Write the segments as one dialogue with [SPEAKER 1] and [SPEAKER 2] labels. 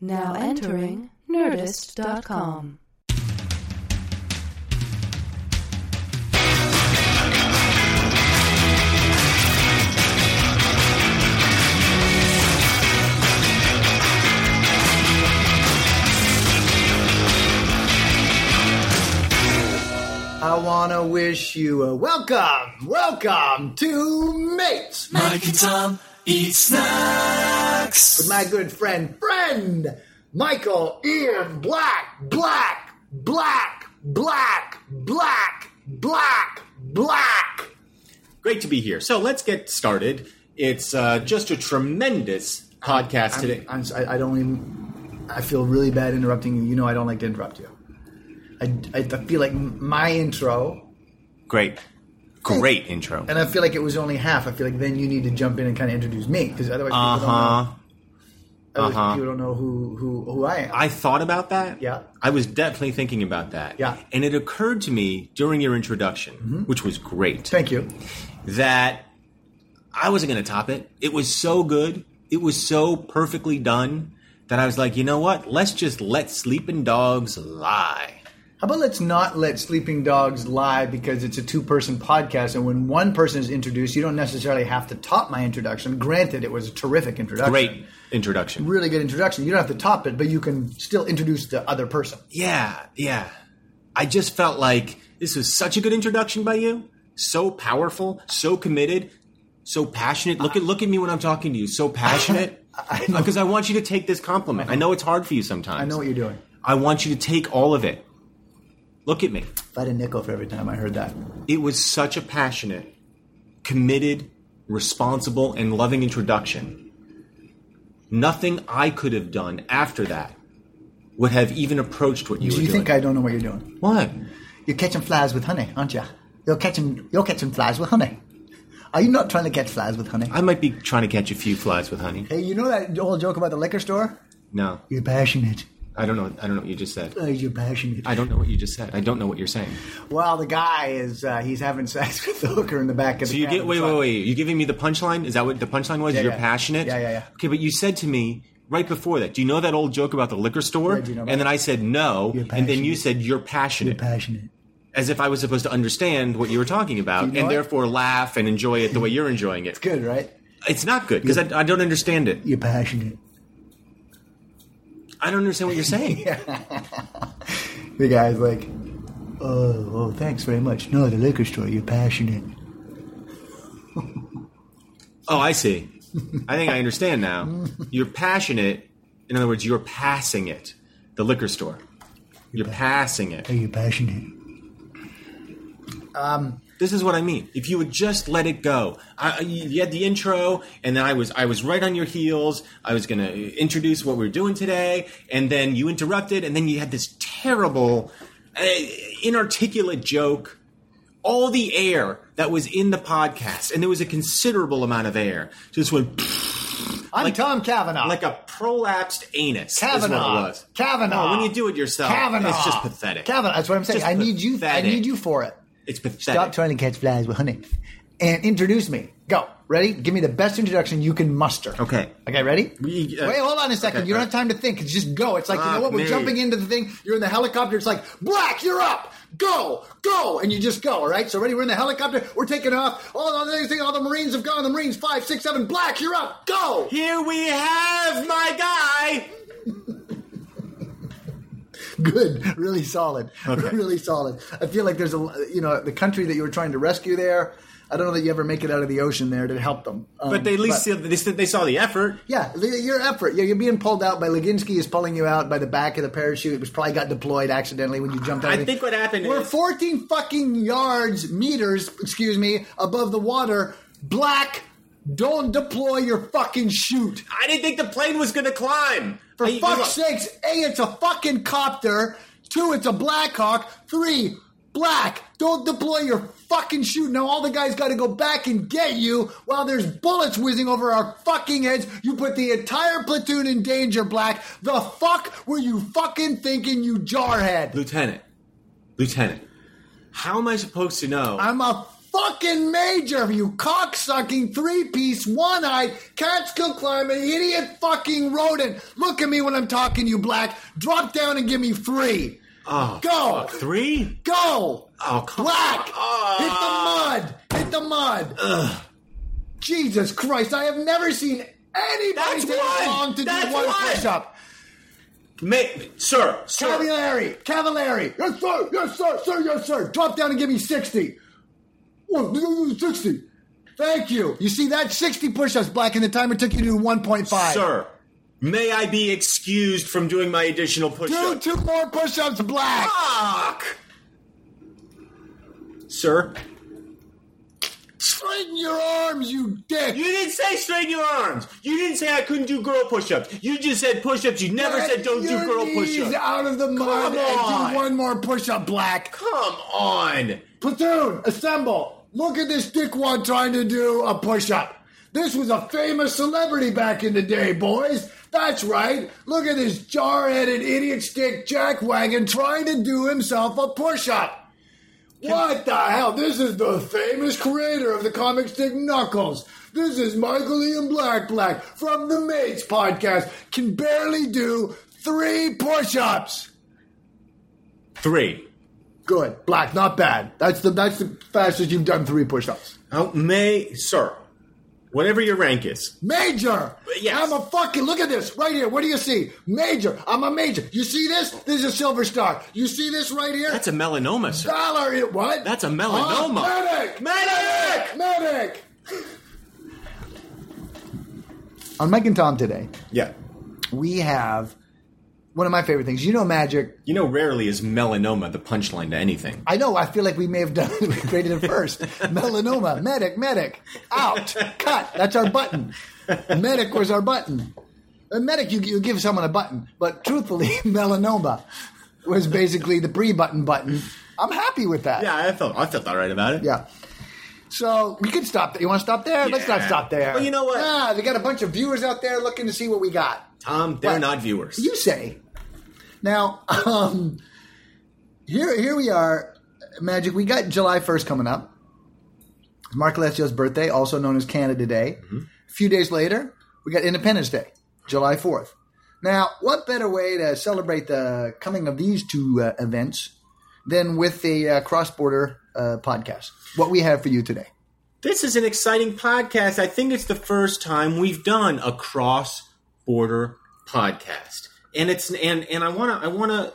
[SPEAKER 1] Now entering Nerdist.com.
[SPEAKER 2] I want to wish you a welcome, welcome to Mates
[SPEAKER 3] Mike and Tom eat snacks.
[SPEAKER 2] with my good friend, friend Michael Ian Black, Black, Black, Black, Black, Black, Black.
[SPEAKER 4] Great to be here. So let's get started. It's uh, just a tremendous podcast today.
[SPEAKER 2] I'm, si I don't even. I feel really bad interrupting you. You know I don't like to interrupt you. I, I I feel like my intro,
[SPEAKER 4] Great, great intro.
[SPEAKER 2] and I feel like it was only half. I feel like then you need to jump in and kind of introduce me because otherwise,
[SPEAKER 4] Uh
[SPEAKER 2] people, don't know,
[SPEAKER 4] huh.
[SPEAKER 2] otherwise
[SPEAKER 4] uh-huh.
[SPEAKER 2] people don't know who who who I am.
[SPEAKER 4] I thought about that.
[SPEAKER 2] Yeah.
[SPEAKER 4] I was definitely thinking about that.
[SPEAKER 2] Yeah. Mm-hmm.
[SPEAKER 4] And it occurred to me during your introduction, which was great,
[SPEAKER 2] Thank you.
[SPEAKER 4] that I wasn't going to top it. It was so good. It was so perfectly done that I was like, you know what? Let's just let sleeping dogs lie.
[SPEAKER 2] How about let's not let sleeping dogs lie because it's a two person podcast, and when one person is introduced, you don't necessarily have to top my introduction. Granted, it was a terrific introduction.
[SPEAKER 4] Great introduction.
[SPEAKER 2] Really good introduction. You don't have to top it, but you can still introduce the other person.
[SPEAKER 4] Yeah, yeah. I just felt like this was such a good introduction by you. So powerful, so committed, so passionate. Look at look at me when I'm talking to you. So passionate. Because I, want you to take this compliment. I know it's hard for you sometimes.
[SPEAKER 2] I know what you're doing.
[SPEAKER 4] I want you to take all of it. Look at me.
[SPEAKER 2] If I had a nickel for every time I heard that.
[SPEAKER 4] It was such a passionate, committed, responsible, and loving introduction. Nothing I could have done after that would have even approached what you
[SPEAKER 2] Do
[SPEAKER 4] were
[SPEAKER 2] you
[SPEAKER 4] doing.
[SPEAKER 2] think I don't know what you're doing?
[SPEAKER 4] what?
[SPEAKER 2] You're catching flies with honey, aren't you? You're catching you're catching flies with honey. Are you not trying to catch flies with honey?
[SPEAKER 4] I might be trying to catch a few flies with honey.
[SPEAKER 2] hey, you know that whole joke about the liquor store?
[SPEAKER 4] No,
[SPEAKER 2] You're passionate.
[SPEAKER 4] I don't know. I don't know what you just said.
[SPEAKER 2] Oh, you're passionate.
[SPEAKER 4] I don't know what you just said. I don't know what you're saying.
[SPEAKER 2] Well, the guy is uh, he's having sex with the hooker in the back of
[SPEAKER 4] So
[SPEAKER 2] the
[SPEAKER 4] you
[SPEAKER 2] cabin.
[SPEAKER 4] get wait,
[SPEAKER 2] So I-
[SPEAKER 4] wait, wait. You giving me the punchline? Is that what the punchline was?
[SPEAKER 2] Yeah,
[SPEAKER 4] You're
[SPEAKER 2] yeah.
[SPEAKER 4] passionate.
[SPEAKER 2] Yeah, yeah, yeah.
[SPEAKER 4] Okay, but you said to me right before that. Do you know that old joke about the liquor store?
[SPEAKER 2] Yeah, do you know about
[SPEAKER 4] and then
[SPEAKER 2] it?
[SPEAKER 4] I said no,
[SPEAKER 2] You're
[SPEAKER 4] and then you
[SPEAKER 2] passionate.
[SPEAKER 4] said you're passionate,
[SPEAKER 2] passionate.
[SPEAKER 4] as if I was supposed to understand what you were talking about,
[SPEAKER 2] you know
[SPEAKER 4] and
[SPEAKER 2] it?
[SPEAKER 4] therefore laugh and enjoy it the way you're enjoying it.
[SPEAKER 2] Good, right?
[SPEAKER 4] It's not good because I, I don't understand it.
[SPEAKER 2] You're passionate.
[SPEAKER 4] I don't understand what you're saying.
[SPEAKER 2] The guy's like, oh, oh, thanks very much. No, the liquor store. You're passionate.
[SPEAKER 4] Oh, I see. I think I understand now. You're passionate. In other words, you're passing it. The liquor store. You're passing it.
[SPEAKER 2] Are you passionate?
[SPEAKER 4] This is what I mean. If you would just let it go, I, I- you had the intro, and then I was I was right on your heels. I was going to introduce what we are doing today, and then you interrupted, and then you had this terrible, uh, inarticulate joke. All the air that was in the podcast, and there was a considerable amount of air, just went.
[SPEAKER 2] I'm Tom Kavanaugh.
[SPEAKER 4] like a prolapsed anus. Is what it
[SPEAKER 2] Ah. Kavanaugh.
[SPEAKER 4] was.
[SPEAKER 2] Kavanaugh.
[SPEAKER 4] Oh, when you do it yourself,
[SPEAKER 2] Kavanaugh.
[SPEAKER 4] it's just pathetic.
[SPEAKER 2] Kavanaugh. That's what I'm saying.
[SPEAKER 4] Just
[SPEAKER 2] I need you.
[SPEAKER 4] pathetic.
[SPEAKER 2] I need you for it.
[SPEAKER 4] It's pathetic.
[SPEAKER 2] Stop trying to catch flies with honey, and introduce me. Go. Ready? Give me the best introduction you can muster.
[SPEAKER 4] Okay.
[SPEAKER 2] Okay, ready?
[SPEAKER 4] We, uh,
[SPEAKER 2] Wait, hold on a second.
[SPEAKER 4] okay,
[SPEAKER 2] you don't
[SPEAKER 4] all
[SPEAKER 2] have time to think. It's just go. It's like, you know
[SPEAKER 4] Fuck
[SPEAKER 2] what? We're
[SPEAKER 4] me.
[SPEAKER 2] jumping into the thing. You're in the helicopter. It's like, Black, you're up. Go, go. And you just go, all right? So, ready? We're in the helicopter. We're taking off. All the, things- all the Marines have gone. The Marines, five, six, seven. Black, you're up. Go.
[SPEAKER 4] Here we have my guy.
[SPEAKER 2] Good. Really solid.
[SPEAKER 4] Okay.
[SPEAKER 2] Really solid. I feel like there's a, you know, the country that you were trying to rescue there. I don't know that you ever make it out of the ocean there to help them. Um,
[SPEAKER 4] But they at least see- they, said they saw the effort.
[SPEAKER 2] Yeah, the- your effort. Yeah, you're being pulled out by Leginsky is pulling you out by the back of the parachute. It was probably got deployed accidentally when you jumped out. of
[SPEAKER 4] I
[SPEAKER 2] the-
[SPEAKER 4] think what happened
[SPEAKER 2] We're
[SPEAKER 4] is-
[SPEAKER 2] 14 fucking yards, meters, excuse me, above the water. Black,
[SPEAKER 5] Don't deploy your fucking chute.
[SPEAKER 4] I didn't think the plane was going to climb.
[SPEAKER 5] For
[SPEAKER 4] I-
[SPEAKER 5] fuck's
[SPEAKER 4] look,
[SPEAKER 5] sakes, A, it's a fucking copter. Two, it's a Blackhawk. Three, black. Don't deploy your fucking chute. Now all the guys got to go back and get you while there's bullets whizzing over our fucking heads. You put the entire platoon in danger, Black. The fuck were you fucking thinking, you jarhead?
[SPEAKER 4] Lieutenant, Lieutenant, how am I supposed to know?
[SPEAKER 5] I'm a fucking major, you cocksucking three piece, one eyed, cats can climb an idiot fucking rodent. Look at me when I'm talking to you, Black. Drop down and give me three.
[SPEAKER 4] Oh,
[SPEAKER 5] Go!
[SPEAKER 4] three?
[SPEAKER 5] Go!
[SPEAKER 4] Oh, come
[SPEAKER 5] Black!
[SPEAKER 4] on. Ah.
[SPEAKER 5] Hit the mud! Hit the mud! Jesus Christ, I have never seen anybody
[SPEAKER 4] That's
[SPEAKER 5] take
[SPEAKER 4] one.
[SPEAKER 5] long to
[SPEAKER 4] That's
[SPEAKER 5] do one
[SPEAKER 4] one.
[SPEAKER 5] push up.
[SPEAKER 4] Ma- sir, sir.
[SPEAKER 5] Cavallari! Cavallari! Yes, sir! Yes, sir! Sir, yes, sir! Drop down and give me 60. One, 60. Thank you. You see that? 60 push ups, Black, and the timer took you to 1.5.
[SPEAKER 4] Sir, may I be excused from doing my additional push
[SPEAKER 5] Do two more push ups, Black!
[SPEAKER 4] Fuck! Sir,
[SPEAKER 5] Straighten your arms, you dick!
[SPEAKER 4] you didn't say straighten your arms. You didn't say I couldn't do girl push ups. You just said push ups. You never
[SPEAKER 5] Get
[SPEAKER 4] said don't do
[SPEAKER 5] your
[SPEAKER 4] girl push
[SPEAKER 5] knees
[SPEAKER 4] ups.
[SPEAKER 5] out of the mud
[SPEAKER 4] Come
[SPEAKER 5] and
[SPEAKER 4] on.
[SPEAKER 5] do one more push up, Black.
[SPEAKER 4] Come on.
[SPEAKER 5] Platoon, assemble. Look at this dickwad trying to do a push up. This was a famous celebrity back in the day, boys. That's right. Look at this jar headed idiot stick jackwagon trying to do himself a push up. What the hell? This is the famous creator of the comic stick Knuckles. This is Michael Ian Black Black from the Mates podcast. Can barely do three push ups.
[SPEAKER 4] Three.
[SPEAKER 5] Good. Black, not bad. That's the that's the fastest you've done three push-ups.
[SPEAKER 4] Oh, may, sir, whatever your rank is.
[SPEAKER 5] Major!
[SPEAKER 4] Yes.
[SPEAKER 5] I'm a fucking look at this right here. What do you see? Major. I'm a major. You see this? This is a silver star. You see this right here?
[SPEAKER 4] That's a melanoma, sir.
[SPEAKER 5] Valor what?
[SPEAKER 4] That's a melanoma.
[SPEAKER 5] Ah, medic!
[SPEAKER 4] Medic!
[SPEAKER 5] Medic! On Mike and Tom today,
[SPEAKER 4] Yeah.
[SPEAKER 5] we have one of my favorite things. You know magic.
[SPEAKER 4] You know, rarely is melanoma the punchline to anything.
[SPEAKER 5] I know. I feel like we may have done we created it first. Melanoma, medic, medic, out, cut. That's our button. Medic was our button. A medic, you, you give someone a button, but truthfully, melanoma was basically the pre-button button. I'm happy with that.
[SPEAKER 4] Yeah, I felt I felt all right about it.
[SPEAKER 5] Yeah. So we could stop there. You want to stop there? Let's not
[SPEAKER 4] Yeah.
[SPEAKER 5] stop there.
[SPEAKER 4] Well, you know what?
[SPEAKER 5] Nah, they got a bunch of viewers out there looking to see what we got.
[SPEAKER 4] Tom, they're
[SPEAKER 5] What?
[SPEAKER 4] not viewers.
[SPEAKER 5] You say. Now, um, here here we are, Magic. We got July first coming up. It's Mark Lesio's birthday, also known as Canada Day. A few days later, we got Independence Day, July fourth. Now, what better way to celebrate the coming of these two uh, events than with a uh, cross border uh, podcast? What we have for you today.
[SPEAKER 4] This is an exciting podcast. I think it's the first time we've done a cross border podcast. And it's and and I want to I want to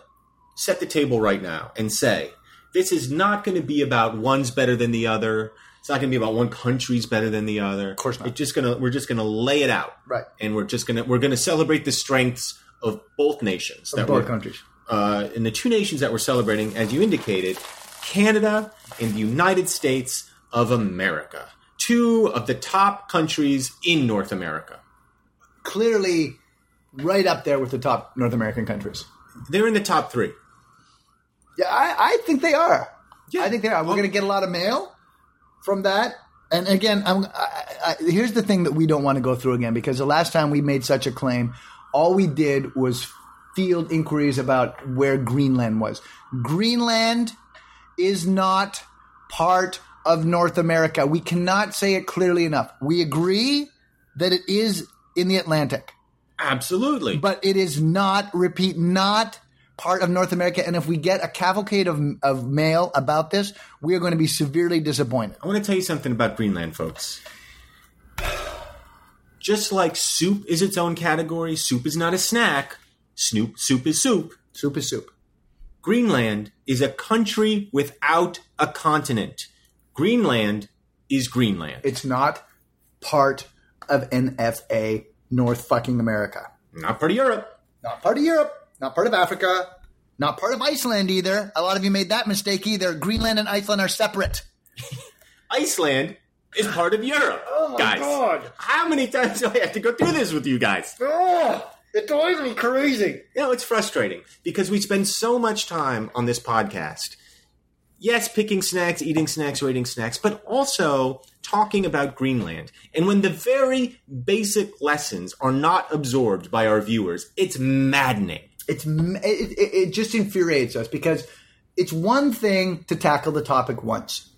[SPEAKER 4] set the table right now and say this is not going to be about one's better than the other. It's not going to be about one country's better than the other. Of
[SPEAKER 5] course not.
[SPEAKER 4] It's just going to we're just going to lay it out.
[SPEAKER 5] Right.
[SPEAKER 4] And we're just going to we're going to celebrate the strengths of both nations that
[SPEAKER 5] both
[SPEAKER 4] we're-
[SPEAKER 5] countries.
[SPEAKER 4] uh, in the two nations that we're celebrating, as you indicated, Canada and the United States of America, two of the top countries in North America.
[SPEAKER 5] Clearly, right up there with the top North American countries.
[SPEAKER 4] They're in the top three.
[SPEAKER 5] Yeah, I, I think they are.
[SPEAKER 4] Yeah.
[SPEAKER 5] I think they are. We're
[SPEAKER 4] Well-
[SPEAKER 5] going to get a lot of mail from that. And again, I'm, I, I, here's the thing that we don't want to go through again because the last time we made such a claim, all we did was field inquiries about where Greenland was. Greenland is not part of North America. We cannot say it clearly enough. We agree that it is in the Atlantic
[SPEAKER 4] Absolutely.
[SPEAKER 5] but it is not repeat not part of north america and if we get a cavalcade of, of mail about this we are going to be severely disappointed
[SPEAKER 4] I want to tell you something about Greenland, folks. Just like soup is its own category, soup is not a snack. Snoop, soup is soup.
[SPEAKER 5] soup is soup
[SPEAKER 4] Greenland is a country without a continent. Greenland is Greenland.
[SPEAKER 5] it's not part of nfa north fucking america
[SPEAKER 4] not part of Europe.
[SPEAKER 5] not part of europe not part of africa not part of iceland either a lot of you made that mistake either greenland and iceland are separate
[SPEAKER 4] Iceland is part of Europe,
[SPEAKER 5] Oh my
[SPEAKER 4] guys.
[SPEAKER 5] God.
[SPEAKER 4] How many times do I have to go through this with you guys?
[SPEAKER 5] Oh, it drives me crazy.
[SPEAKER 4] you know, it's frustrating because we spend so much time on this podcast. Yes, picking snacks, eating snacks, rating snacks, but also talking about Greenland. And when the very basic lessons are not absorbed by our viewers, it's maddening.
[SPEAKER 2] it's m- it, it, it just infuriates us because it's one thing to tackle the topic once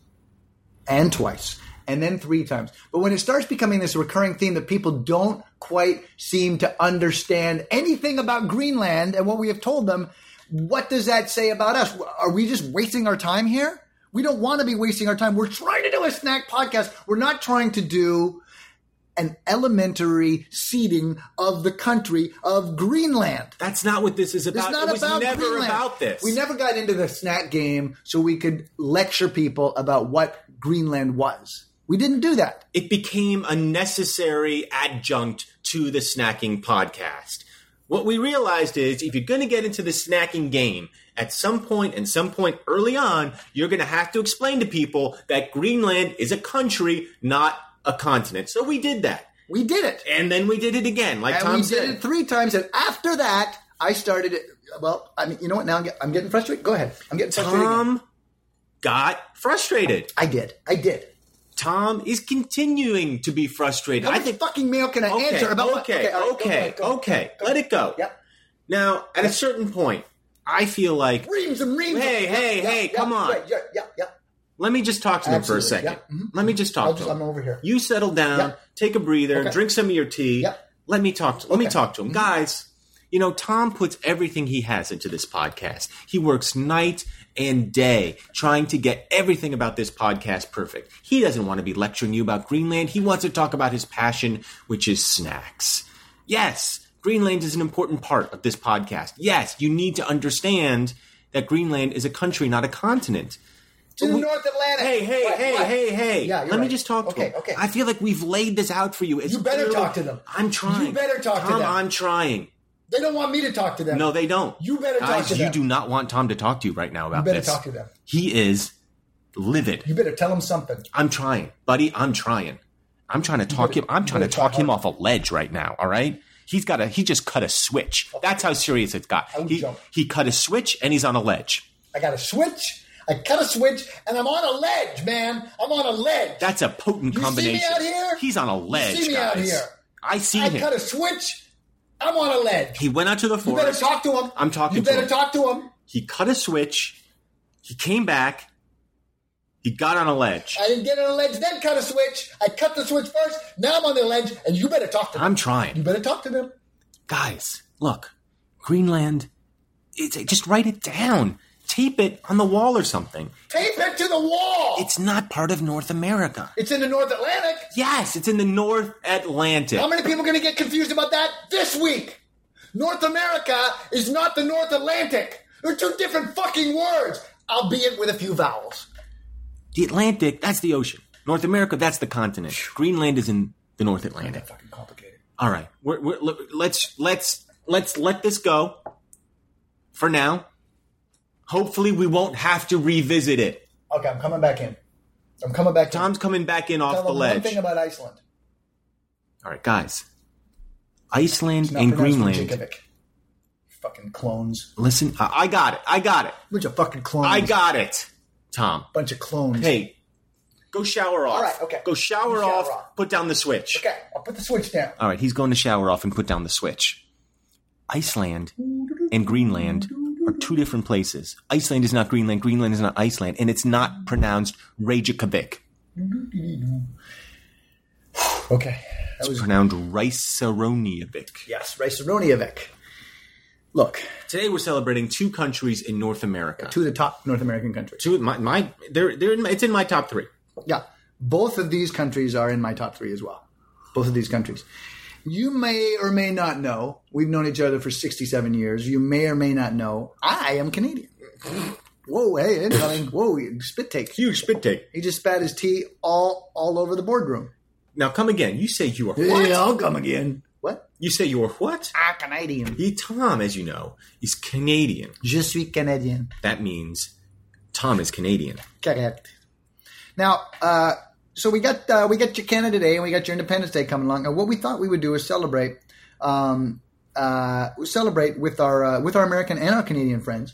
[SPEAKER 2] and twice and then three times but when it starts becoming this recurring theme that people don't quite seem to understand anything about greenland and what we have told them what does that say about us are we just wasting our time here we don't want to be wasting our time we're trying to do a snack podcast we're not trying to do an elementary seeding of the country of greenland
[SPEAKER 4] That's not what this is about.
[SPEAKER 2] it's not
[SPEAKER 4] it was
[SPEAKER 2] about
[SPEAKER 4] never
[SPEAKER 2] Greenland.
[SPEAKER 4] about this.
[SPEAKER 2] We never got into the snack game so we could lecture people about what Greenland was. We didn't do that.
[SPEAKER 4] it became a necessary adjunct to the snacking podcast. What we realized is if you're going to get into the snacking game at some point and some point early on, you're going to have to explain to people that Greenland is a country, not a continent. So we did that.
[SPEAKER 2] We did it.
[SPEAKER 4] And then we did it again, like
[SPEAKER 2] And
[SPEAKER 4] Tom
[SPEAKER 2] we
[SPEAKER 4] said.
[SPEAKER 2] did it three times. And after that, I started it. Well, I mean, you know what? Now I'm, get, I'm getting frustrated. Go ahead. I'm getting frustrated. again.
[SPEAKER 4] Tom got frustrated.
[SPEAKER 2] I did. I did.
[SPEAKER 4] Tom is continuing to be frustrated.
[SPEAKER 2] How
[SPEAKER 4] I
[SPEAKER 2] much
[SPEAKER 4] think
[SPEAKER 2] fucking mail can I answer about what-
[SPEAKER 4] okay, okay,
[SPEAKER 2] all right, go,
[SPEAKER 4] okay,
[SPEAKER 2] go ahead, go ahead.
[SPEAKER 4] Let it go.
[SPEAKER 2] Yep.
[SPEAKER 4] Now, at a certain point, I feel like
[SPEAKER 2] Reams and reams.
[SPEAKER 4] Hey,
[SPEAKER 2] of,
[SPEAKER 4] hey, hey, come on.
[SPEAKER 2] right, Yeah, yeah, yeah.
[SPEAKER 4] let me just talk to them for a
[SPEAKER 2] Absolutely,
[SPEAKER 4] second.
[SPEAKER 2] yeah, mhm.
[SPEAKER 4] Let me just talk
[SPEAKER 2] I'll
[SPEAKER 4] to
[SPEAKER 2] just-
[SPEAKER 4] them.
[SPEAKER 2] I'm over here.
[SPEAKER 4] You settle down,
[SPEAKER 2] Yeah.
[SPEAKER 4] take a breather,
[SPEAKER 2] Okay.
[SPEAKER 4] drink some of your tea.
[SPEAKER 2] Yeah.
[SPEAKER 4] Let me talk. To, let me
[SPEAKER 2] Okay. Mm-hmm.
[SPEAKER 4] talk to them, guys. You know, Tom puts everything he has into this podcast. He works night and day trying to get everything about this podcast perfect. He doesn't want to be lecturing you about Greenland. He wants to talk about his passion, which is snacks. Yes, Greenland is an important part of this podcast. Yes, you need to understand that Greenland is a country, not a continent.
[SPEAKER 2] To the North Atlantic.
[SPEAKER 4] Hey, hey,
[SPEAKER 2] What,
[SPEAKER 4] hey,
[SPEAKER 2] what?
[SPEAKER 4] hey, hey.
[SPEAKER 2] Yeah, you're
[SPEAKER 4] Let me
[SPEAKER 2] right.
[SPEAKER 4] just talk to
[SPEAKER 2] Okay,
[SPEAKER 4] him.
[SPEAKER 2] okay.
[SPEAKER 4] I feel like we've laid this out for you. It's
[SPEAKER 2] You better
[SPEAKER 4] clear-
[SPEAKER 2] talk to them.
[SPEAKER 4] I'm trying.
[SPEAKER 2] You better talk to
[SPEAKER 4] Tom,
[SPEAKER 2] them.
[SPEAKER 4] I'm trying.
[SPEAKER 2] They don't want me to talk to them.
[SPEAKER 4] No, they don't.
[SPEAKER 2] You better talk
[SPEAKER 4] Guys,
[SPEAKER 2] to
[SPEAKER 4] you
[SPEAKER 2] them.
[SPEAKER 4] do not want Tom to talk to you right now about
[SPEAKER 2] better
[SPEAKER 4] this.
[SPEAKER 2] talk to them.
[SPEAKER 4] He is livid.
[SPEAKER 2] You better tell them something.
[SPEAKER 4] I'm trying, buddy. I'm trying. I'm trying to talk him. I'm trying to
[SPEAKER 2] better try
[SPEAKER 4] talk him
[SPEAKER 2] hard.
[SPEAKER 4] off a ledge right now. All right. He's got a. He just cut a switch. That's how serious it's got.
[SPEAKER 2] would
[SPEAKER 4] He
[SPEAKER 2] jump.
[SPEAKER 4] he cut a switch and he's on a ledge.
[SPEAKER 2] I got a switch. I cut a switch, and I'm on a ledge, man. I'm on a ledge.
[SPEAKER 4] That's a potent
[SPEAKER 2] You see me
[SPEAKER 4] combination.
[SPEAKER 2] out here?
[SPEAKER 4] He's on a
[SPEAKER 2] You see
[SPEAKER 4] ledge.
[SPEAKER 2] me out
[SPEAKER 4] guys.
[SPEAKER 2] here?
[SPEAKER 4] I see
[SPEAKER 2] I
[SPEAKER 4] him.
[SPEAKER 2] cut a switch. I'm on a ledge.
[SPEAKER 4] He went out to the
[SPEAKER 2] You
[SPEAKER 4] forest.
[SPEAKER 2] better talk to him.
[SPEAKER 4] I'm talking
[SPEAKER 2] You
[SPEAKER 4] to
[SPEAKER 2] better
[SPEAKER 4] him.
[SPEAKER 2] talk to him.
[SPEAKER 4] He cut a switch. He came back. He got on a ledge.
[SPEAKER 2] I didn't get on a ledge, then cut a switch. I cut the switch first. Now I'm on the ledge, and you better talk to them.
[SPEAKER 4] I'm
[SPEAKER 2] You
[SPEAKER 4] trying.
[SPEAKER 2] better talk to them.
[SPEAKER 4] Guys, look. Greenland. It's, just write it down. Tape it on the wall or something.
[SPEAKER 2] Tape it to the wall.
[SPEAKER 4] It's not part of North America.
[SPEAKER 2] It's in the North Atlantic.
[SPEAKER 4] Yes, it's in the North Atlantic.
[SPEAKER 2] How many people are going to get confused about that this week? North America is not the North Atlantic. They're two different fucking words, albeit with a few vowels.
[SPEAKER 4] The Atlantic, that's the ocean. North America, that's the continent. Greenland is in the North Atlantic.
[SPEAKER 2] Fucking complicated.
[SPEAKER 4] All right, we're, we're, l- let's let's let's let this go for now. Hopefully, we won't have to revisit it.
[SPEAKER 2] Okay, I'm coming back in. I'm coming back.
[SPEAKER 4] Tom's coming back in
[SPEAKER 2] in.
[SPEAKER 4] off
[SPEAKER 2] Tell
[SPEAKER 4] the
[SPEAKER 2] them One
[SPEAKER 4] ledge.
[SPEAKER 2] thing about Iceland.
[SPEAKER 4] All right, guys. Iceland
[SPEAKER 2] It's not
[SPEAKER 4] and
[SPEAKER 2] pronounced
[SPEAKER 4] Greenland.
[SPEAKER 2] Reykjavik. Fucking clones.
[SPEAKER 4] Listen, I, I got it. I got it.
[SPEAKER 2] Bunch of fucking clones.
[SPEAKER 4] I got it. Tom,
[SPEAKER 2] bunch of clones.
[SPEAKER 4] hey, go shower off.
[SPEAKER 2] All right, okay.
[SPEAKER 4] Go shower,
[SPEAKER 2] Shower
[SPEAKER 4] off,
[SPEAKER 2] off.
[SPEAKER 4] Put down the switch.
[SPEAKER 2] Okay, I'll put the switch down.
[SPEAKER 4] All right, he's going to shower off and put down the switch. Iceland and Greenland are two different places. Iceland is not Greenland, Greenland is not Iceland, and it's not pronounced Reykjavik.
[SPEAKER 2] Okay. That
[SPEAKER 4] It's
[SPEAKER 2] was
[SPEAKER 4] pronounced Riceroniavik.
[SPEAKER 2] yes, Riceroniavik. Look,
[SPEAKER 4] Today we're celebrating two countries in North America.
[SPEAKER 2] two of the top North American countries.
[SPEAKER 4] Two- my, my, they're, they're in my, it's in my top three.
[SPEAKER 2] Yeah, both of these countries are in my top three as well. Both of these countries. You may or may not know. We've known each other for 67 years. You may or may not know. I am Canadian. Whoa, hey, incoming. Whoa, spit take.
[SPEAKER 4] Huge spit take.
[SPEAKER 2] He just spat his tea all all over the boardroom.
[SPEAKER 4] Now come again. You say you are
[SPEAKER 2] Yeah,
[SPEAKER 4] what?
[SPEAKER 2] I'll come again. What?
[SPEAKER 4] You say you are what?
[SPEAKER 2] Ah, Canadian.
[SPEAKER 4] He, Tom, as you know, is Canadian.
[SPEAKER 2] Je suis Canadien.
[SPEAKER 4] That means Tom is Canadian.
[SPEAKER 2] Correct. Now, uh, so we got uh, we got your Canada Day and we got your Independence Day coming along. And what we thought we would do is celebrate, um, uh, celebrate with our uh, with our American and our Canadian friends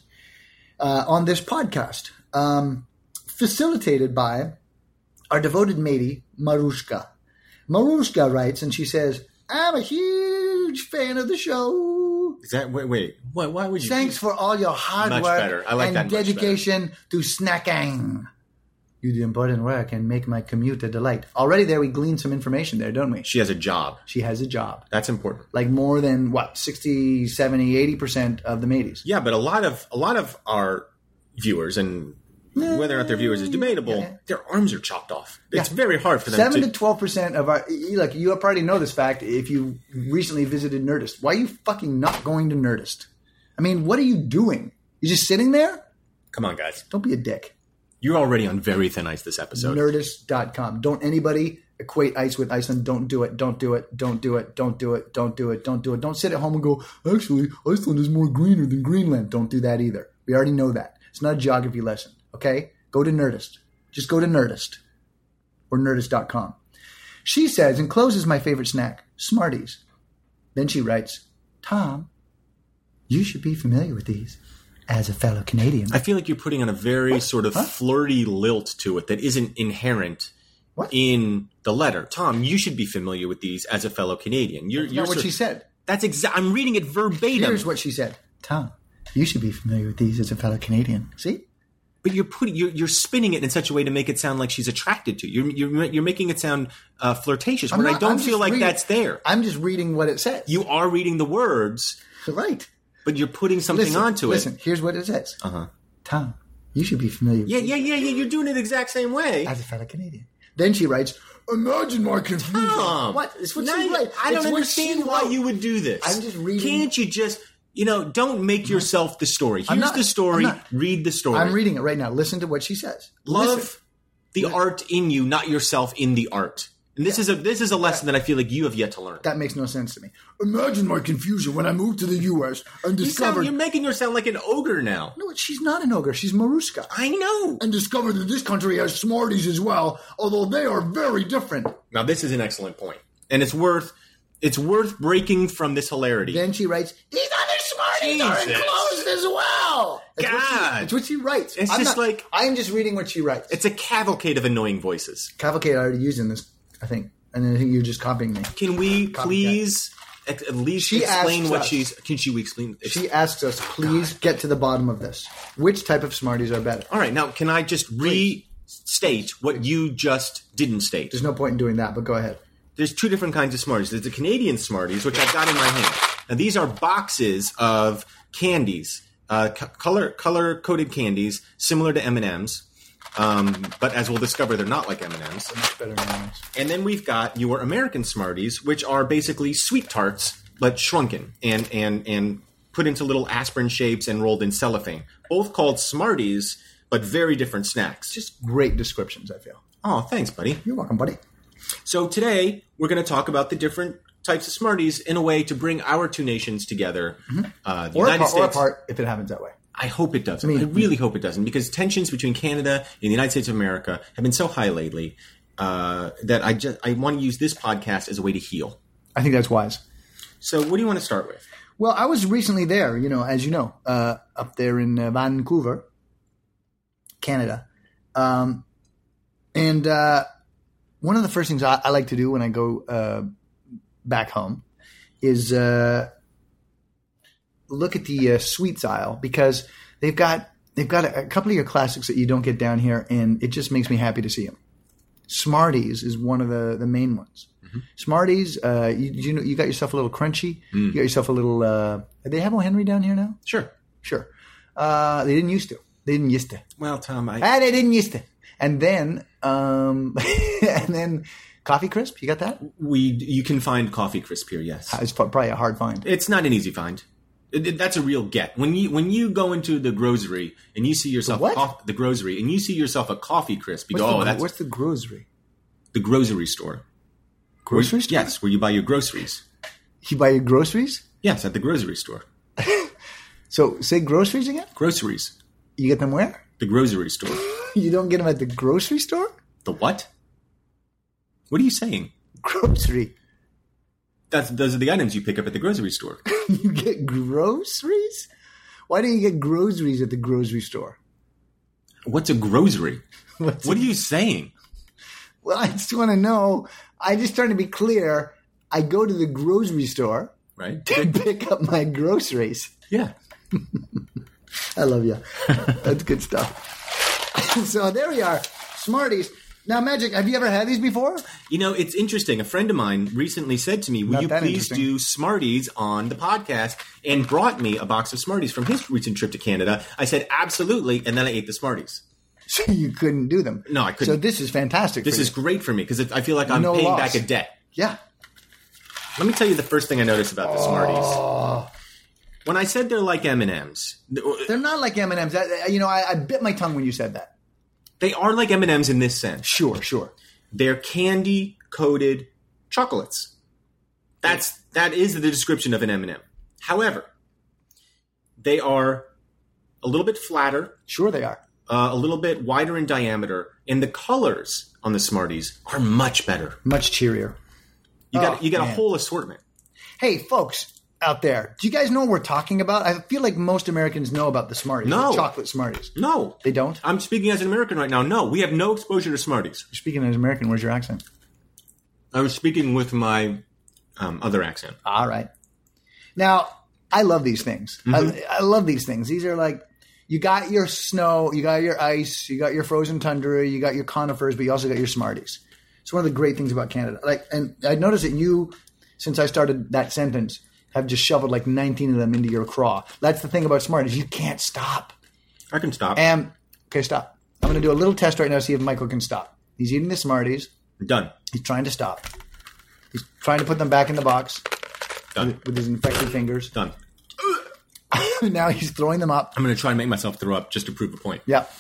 [SPEAKER 2] uh, on this podcast, um, facilitated by our devoted matey Marushka. Marushka writes and she says, "I'm a huge fan of the show."
[SPEAKER 4] Is that wait? Wait. Why, why would you?
[SPEAKER 2] Thanks for all your hard
[SPEAKER 4] Much
[SPEAKER 2] work
[SPEAKER 4] better. I like
[SPEAKER 2] and
[SPEAKER 4] that much better.
[SPEAKER 2] dedication to snacking. You do important work and make my commute a delight. Already there, we glean some information there, don't we?
[SPEAKER 4] She has a job.
[SPEAKER 2] She has a job.
[SPEAKER 4] That's important.
[SPEAKER 2] Like more than what, 60, 70, 80% of the mateys.
[SPEAKER 4] Yeah, but a lot of a lot of our viewers and whether or not they're viewers is debatable. Their arms are chopped off. It's very hard for them.
[SPEAKER 2] 7
[SPEAKER 4] to,
[SPEAKER 2] to 12% of our. Look, you probably know this fact if you recently visited Nerdist. Why are you fucking not going to Nerdist? I mean, what are you doing? You're just sitting there?
[SPEAKER 4] Come on, guys.
[SPEAKER 2] Don't be a dick.
[SPEAKER 4] You're already on very thin ice this episode.
[SPEAKER 2] Nerdist.com. Don't anybody equate ice with Iceland. Don't do it. Don't do it. Don't do it. Don't do it. Don't do it. Don't do it. Don't sit at home and go, actually, Iceland is more greener than Greenland. Don't do that either. We already know that. It's not a geography lesson. Okay? Go to Nerdist. Just go to Nerdist or Nerdist.com. She says and closes my favorite snack, Smarties. Then she writes, Tom, you should be familiar with these as a fellow Canadian.
[SPEAKER 4] I feel like you're putting on a very sort of flirty lilt to it that isn't inherent
[SPEAKER 2] What?
[SPEAKER 4] in the letter. Tom, you should be familiar with these as a fellow Canadian. You're, you're
[SPEAKER 2] Not what
[SPEAKER 4] sort-
[SPEAKER 2] she said.
[SPEAKER 4] That's exact. I'm reading it verbatim.
[SPEAKER 2] Here's what she said. Tom, you should be familiar with these as a fellow Canadian. See?
[SPEAKER 4] but you're putting you're, you're spinning it in such a way to make it sound like she's attracted to you. You're you're, you're making it sound uh, flirtatious when I
[SPEAKER 2] not-
[SPEAKER 4] don't
[SPEAKER 2] I'm
[SPEAKER 4] feel
[SPEAKER 2] just
[SPEAKER 4] like
[SPEAKER 2] reading-
[SPEAKER 4] that's there.
[SPEAKER 2] I'm just reading what it says.
[SPEAKER 4] you are reading the words,
[SPEAKER 2] right.
[SPEAKER 4] but you're putting something
[SPEAKER 2] Listen,
[SPEAKER 4] onto
[SPEAKER 2] listen,
[SPEAKER 4] it.
[SPEAKER 2] here's what it says.
[SPEAKER 4] Uh-huh.
[SPEAKER 2] Tom, you should be familiar
[SPEAKER 4] Yeah,
[SPEAKER 2] with these
[SPEAKER 4] yeah, yeah, yeah. You're doing it the exact same way.
[SPEAKER 2] as a fellow Canadian. Then she writes, Imagine my confusion.
[SPEAKER 4] Tom,
[SPEAKER 2] What? It's what
[SPEAKER 4] now
[SPEAKER 2] she
[SPEAKER 4] you-
[SPEAKER 2] wrote.
[SPEAKER 4] I don't
[SPEAKER 2] It's what she
[SPEAKER 4] understand why
[SPEAKER 2] wrote.
[SPEAKER 4] you would do this.
[SPEAKER 2] I'm just reading-
[SPEAKER 4] Can't you just, you know, don't make yourself the story. Here's
[SPEAKER 2] I'm not-
[SPEAKER 4] the story.
[SPEAKER 2] I'm not.
[SPEAKER 4] Read the story.
[SPEAKER 2] I'm reading it right now. Listen to what she says.
[SPEAKER 4] Love
[SPEAKER 2] Listen.
[SPEAKER 4] the art in you, not yourself in the art. And this is a this is a lesson that I feel like you have yet to learn.
[SPEAKER 2] That makes no sense to me.
[SPEAKER 5] Imagine my confusion when I moved to the U.S. and
[SPEAKER 4] You sound,
[SPEAKER 5] discovered
[SPEAKER 4] you're making her sound like an ogre now.
[SPEAKER 2] No, she's not an ogre. She's Maruska.
[SPEAKER 4] I know.
[SPEAKER 5] and discovered that this country has Smarties as well, although they are very different.
[SPEAKER 4] Now this is an excellent point, and it's worth it's worth breaking from this hilarity.
[SPEAKER 2] Then she writes, These other Smarties are
[SPEAKER 4] Jesus.
[SPEAKER 2] enclosed as well. That's what she-
[SPEAKER 4] God.
[SPEAKER 2] that's what she writes.
[SPEAKER 4] It's
[SPEAKER 2] I'm
[SPEAKER 4] just
[SPEAKER 2] not-
[SPEAKER 4] like-
[SPEAKER 2] I'm just reading what she writes.
[SPEAKER 4] it's a cavalcade of annoying voices.
[SPEAKER 2] Cavalcade I already used in this, I think. And then I think you're just copying me.
[SPEAKER 4] Can we please at, at least
[SPEAKER 2] She
[SPEAKER 4] explain
[SPEAKER 2] asks
[SPEAKER 4] what
[SPEAKER 2] us.
[SPEAKER 4] she's? Can she explain?
[SPEAKER 2] She asks us, please get to the bottom of this. Which type of Smarties are better?
[SPEAKER 4] All right, now can I just restate what you just didn't state?
[SPEAKER 2] There's no point in doing that, but go ahead.
[SPEAKER 4] there's two different kinds of Smarties. There's the Canadian Smarties, which I've got in my hand. Now these are boxes of candies, uh, co- color color coded candies, similar to M and M's, um, but as we'll discover, they're not like M and M's.
[SPEAKER 2] Better than ours.
[SPEAKER 4] And then we've got your American Smarties, which are basically sweet tarts but shrunken and and and put into little aspirin shapes and rolled in cellophane. Both called Smarties, but very different snacks. Just
[SPEAKER 2] Just great descriptions, I feel.
[SPEAKER 4] oh, thanks, buddy.
[SPEAKER 2] You're welcome, buddy.
[SPEAKER 4] So today we're going to talk about the different types of Smarties in a way to bring our two nations together. Uh, the
[SPEAKER 2] Mm-hmm. Or,
[SPEAKER 4] United
[SPEAKER 2] apart, or
[SPEAKER 4] States.
[SPEAKER 2] apart, if it happens that way.
[SPEAKER 4] I hope it doesn't. I, really hope it doesn't because tensions between Canada and the United States of America have been so high lately uh, that I just I want to use this podcast as a way to heal.
[SPEAKER 2] I think that's wise.
[SPEAKER 4] So what do you want to start with?
[SPEAKER 2] Well, I was recently there, you know, as you know, uh, up there in uh, Vancouver, Canada. Um, and uh, one of the first things I, I like to do when I go uh, back home is uh, look at the uh, sweets aisle because they've got they've got a, a couple of your classics that you don't get down here, and it just makes me happy to see them. Smarties is one of the, the main ones. Smarties, uh, you, you know, you got yourself a little crunchy. You got yourself a little. Uh, they have O Henry down here now.
[SPEAKER 4] Sure.
[SPEAKER 2] Sure, uh, they didn't used to. They didn't used to.
[SPEAKER 4] Well, Tom, I
[SPEAKER 2] Ah, they didn't used to. And then, um, and then, coffee crisp. You got that?
[SPEAKER 4] we you can find Coffee Crisp here. Yes,
[SPEAKER 2] It's pro- probably a hard find.
[SPEAKER 4] it's not an easy find. It- it- That's a real get. When you when you go into the grocery and you see yourself
[SPEAKER 2] what?
[SPEAKER 4] A cof- the grocery and you see yourself a coffee crisp, you
[SPEAKER 2] What's, the,
[SPEAKER 4] go, "Oh, that's
[SPEAKER 2] what's the grocery?
[SPEAKER 4] the grocery store.
[SPEAKER 2] Grocery
[SPEAKER 4] Where-
[SPEAKER 2] store?
[SPEAKER 4] Yes, where you buy your groceries.
[SPEAKER 2] You buy your groceries.
[SPEAKER 4] Yes, at the grocery store.
[SPEAKER 2] So say groceries again.
[SPEAKER 4] Groceries.
[SPEAKER 2] You get them where?
[SPEAKER 4] The grocery store.
[SPEAKER 2] You don't get them at the grocery store.
[SPEAKER 4] The what? What are you saying?
[SPEAKER 2] Grocery.
[SPEAKER 4] That's those are the items you pick up at the grocery store.
[SPEAKER 2] You get groceries? Why do you get groceries at the grocery store?
[SPEAKER 4] What's a grocery?
[SPEAKER 2] What's
[SPEAKER 4] what are you saying?
[SPEAKER 2] Well, I just want to know. I just trying to be clear. I go to the grocery store
[SPEAKER 4] Right?
[SPEAKER 2] to pick up my groceries.
[SPEAKER 4] yeah.
[SPEAKER 2] I love you. That's good stuff. so there we are, Smarties. Now, Magic, have you ever had these before?
[SPEAKER 4] You know, it's interesting. A friend of mine recently said to me, Will
[SPEAKER 2] Not
[SPEAKER 4] you
[SPEAKER 2] that
[SPEAKER 4] please
[SPEAKER 2] interesting.
[SPEAKER 4] do Smarties on the podcast? And brought me a box of Smarties from his recent trip to Canada. I said, Absolutely. And then I ate the Smarties.
[SPEAKER 2] So you couldn't do them.
[SPEAKER 4] No, I couldn't.
[SPEAKER 2] So this is fantastic.
[SPEAKER 4] This
[SPEAKER 2] for
[SPEAKER 4] is
[SPEAKER 2] you.
[SPEAKER 4] great for me because I feel like I'm
[SPEAKER 2] No
[SPEAKER 4] paying
[SPEAKER 2] loss.
[SPEAKER 4] back a debt.
[SPEAKER 2] yeah.
[SPEAKER 4] Let me tell you the first thing I noticed about the Smarties. When I said they're like M&Ms,
[SPEAKER 2] They're not like M and M's. You know, I, I bit my tongue when you said that.
[SPEAKER 4] they are like M&Ms in this sense.
[SPEAKER 2] Sure, sure.
[SPEAKER 4] They're candy coated chocolates. That's that is the description of an M&M. However, they are a little bit flatter,
[SPEAKER 2] Sure, they are.
[SPEAKER 4] uh, a little bit wider in diameter, and the colors on the Smarties are much better.
[SPEAKER 2] Much cheerier.
[SPEAKER 4] You got
[SPEAKER 2] Oh,
[SPEAKER 4] you got a
[SPEAKER 2] man.
[SPEAKER 4] whole assortment.
[SPEAKER 2] Hey, folks out there, do you guys know what we're talking about? I feel like most Americans know about the Smarties,
[SPEAKER 4] No.
[SPEAKER 2] the chocolate Smarties.
[SPEAKER 4] No,
[SPEAKER 2] They don't.
[SPEAKER 4] I'm speaking as an American right now. No, we have no exposure to Smarties.
[SPEAKER 2] You're speaking as American. Where's your accent?
[SPEAKER 4] I was speaking with my um, other accent.
[SPEAKER 2] All right. Mm-hmm. Now, I love these things. I, I love these things. These are like you got your snow, you got your ice, you got your frozen tundra, you got your conifers, but you also got your Smarties. It's one of the great things about Canada. Like, and I noticed that you, since I started that sentence, have just shoveled like 19 of them into your craw. That's the thing about Smarties. You can't stop.
[SPEAKER 4] I can stop.
[SPEAKER 2] And okay, stop. I'm going to do a little test right now to see if Michael can stop. He's eating the Smarties.
[SPEAKER 4] Done.
[SPEAKER 2] He's trying to stop. He's trying to put them back in the box
[SPEAKER 4] Done.
[SPEAKER 2] with his infected fingers.
[SPEAKER 4] Done.
[SPEAKER 2] now he's throwing them up.
[SPEAKER 4] I'm going to try and make myself throw up just to prove a point.
[SPEAKER 2] Yep.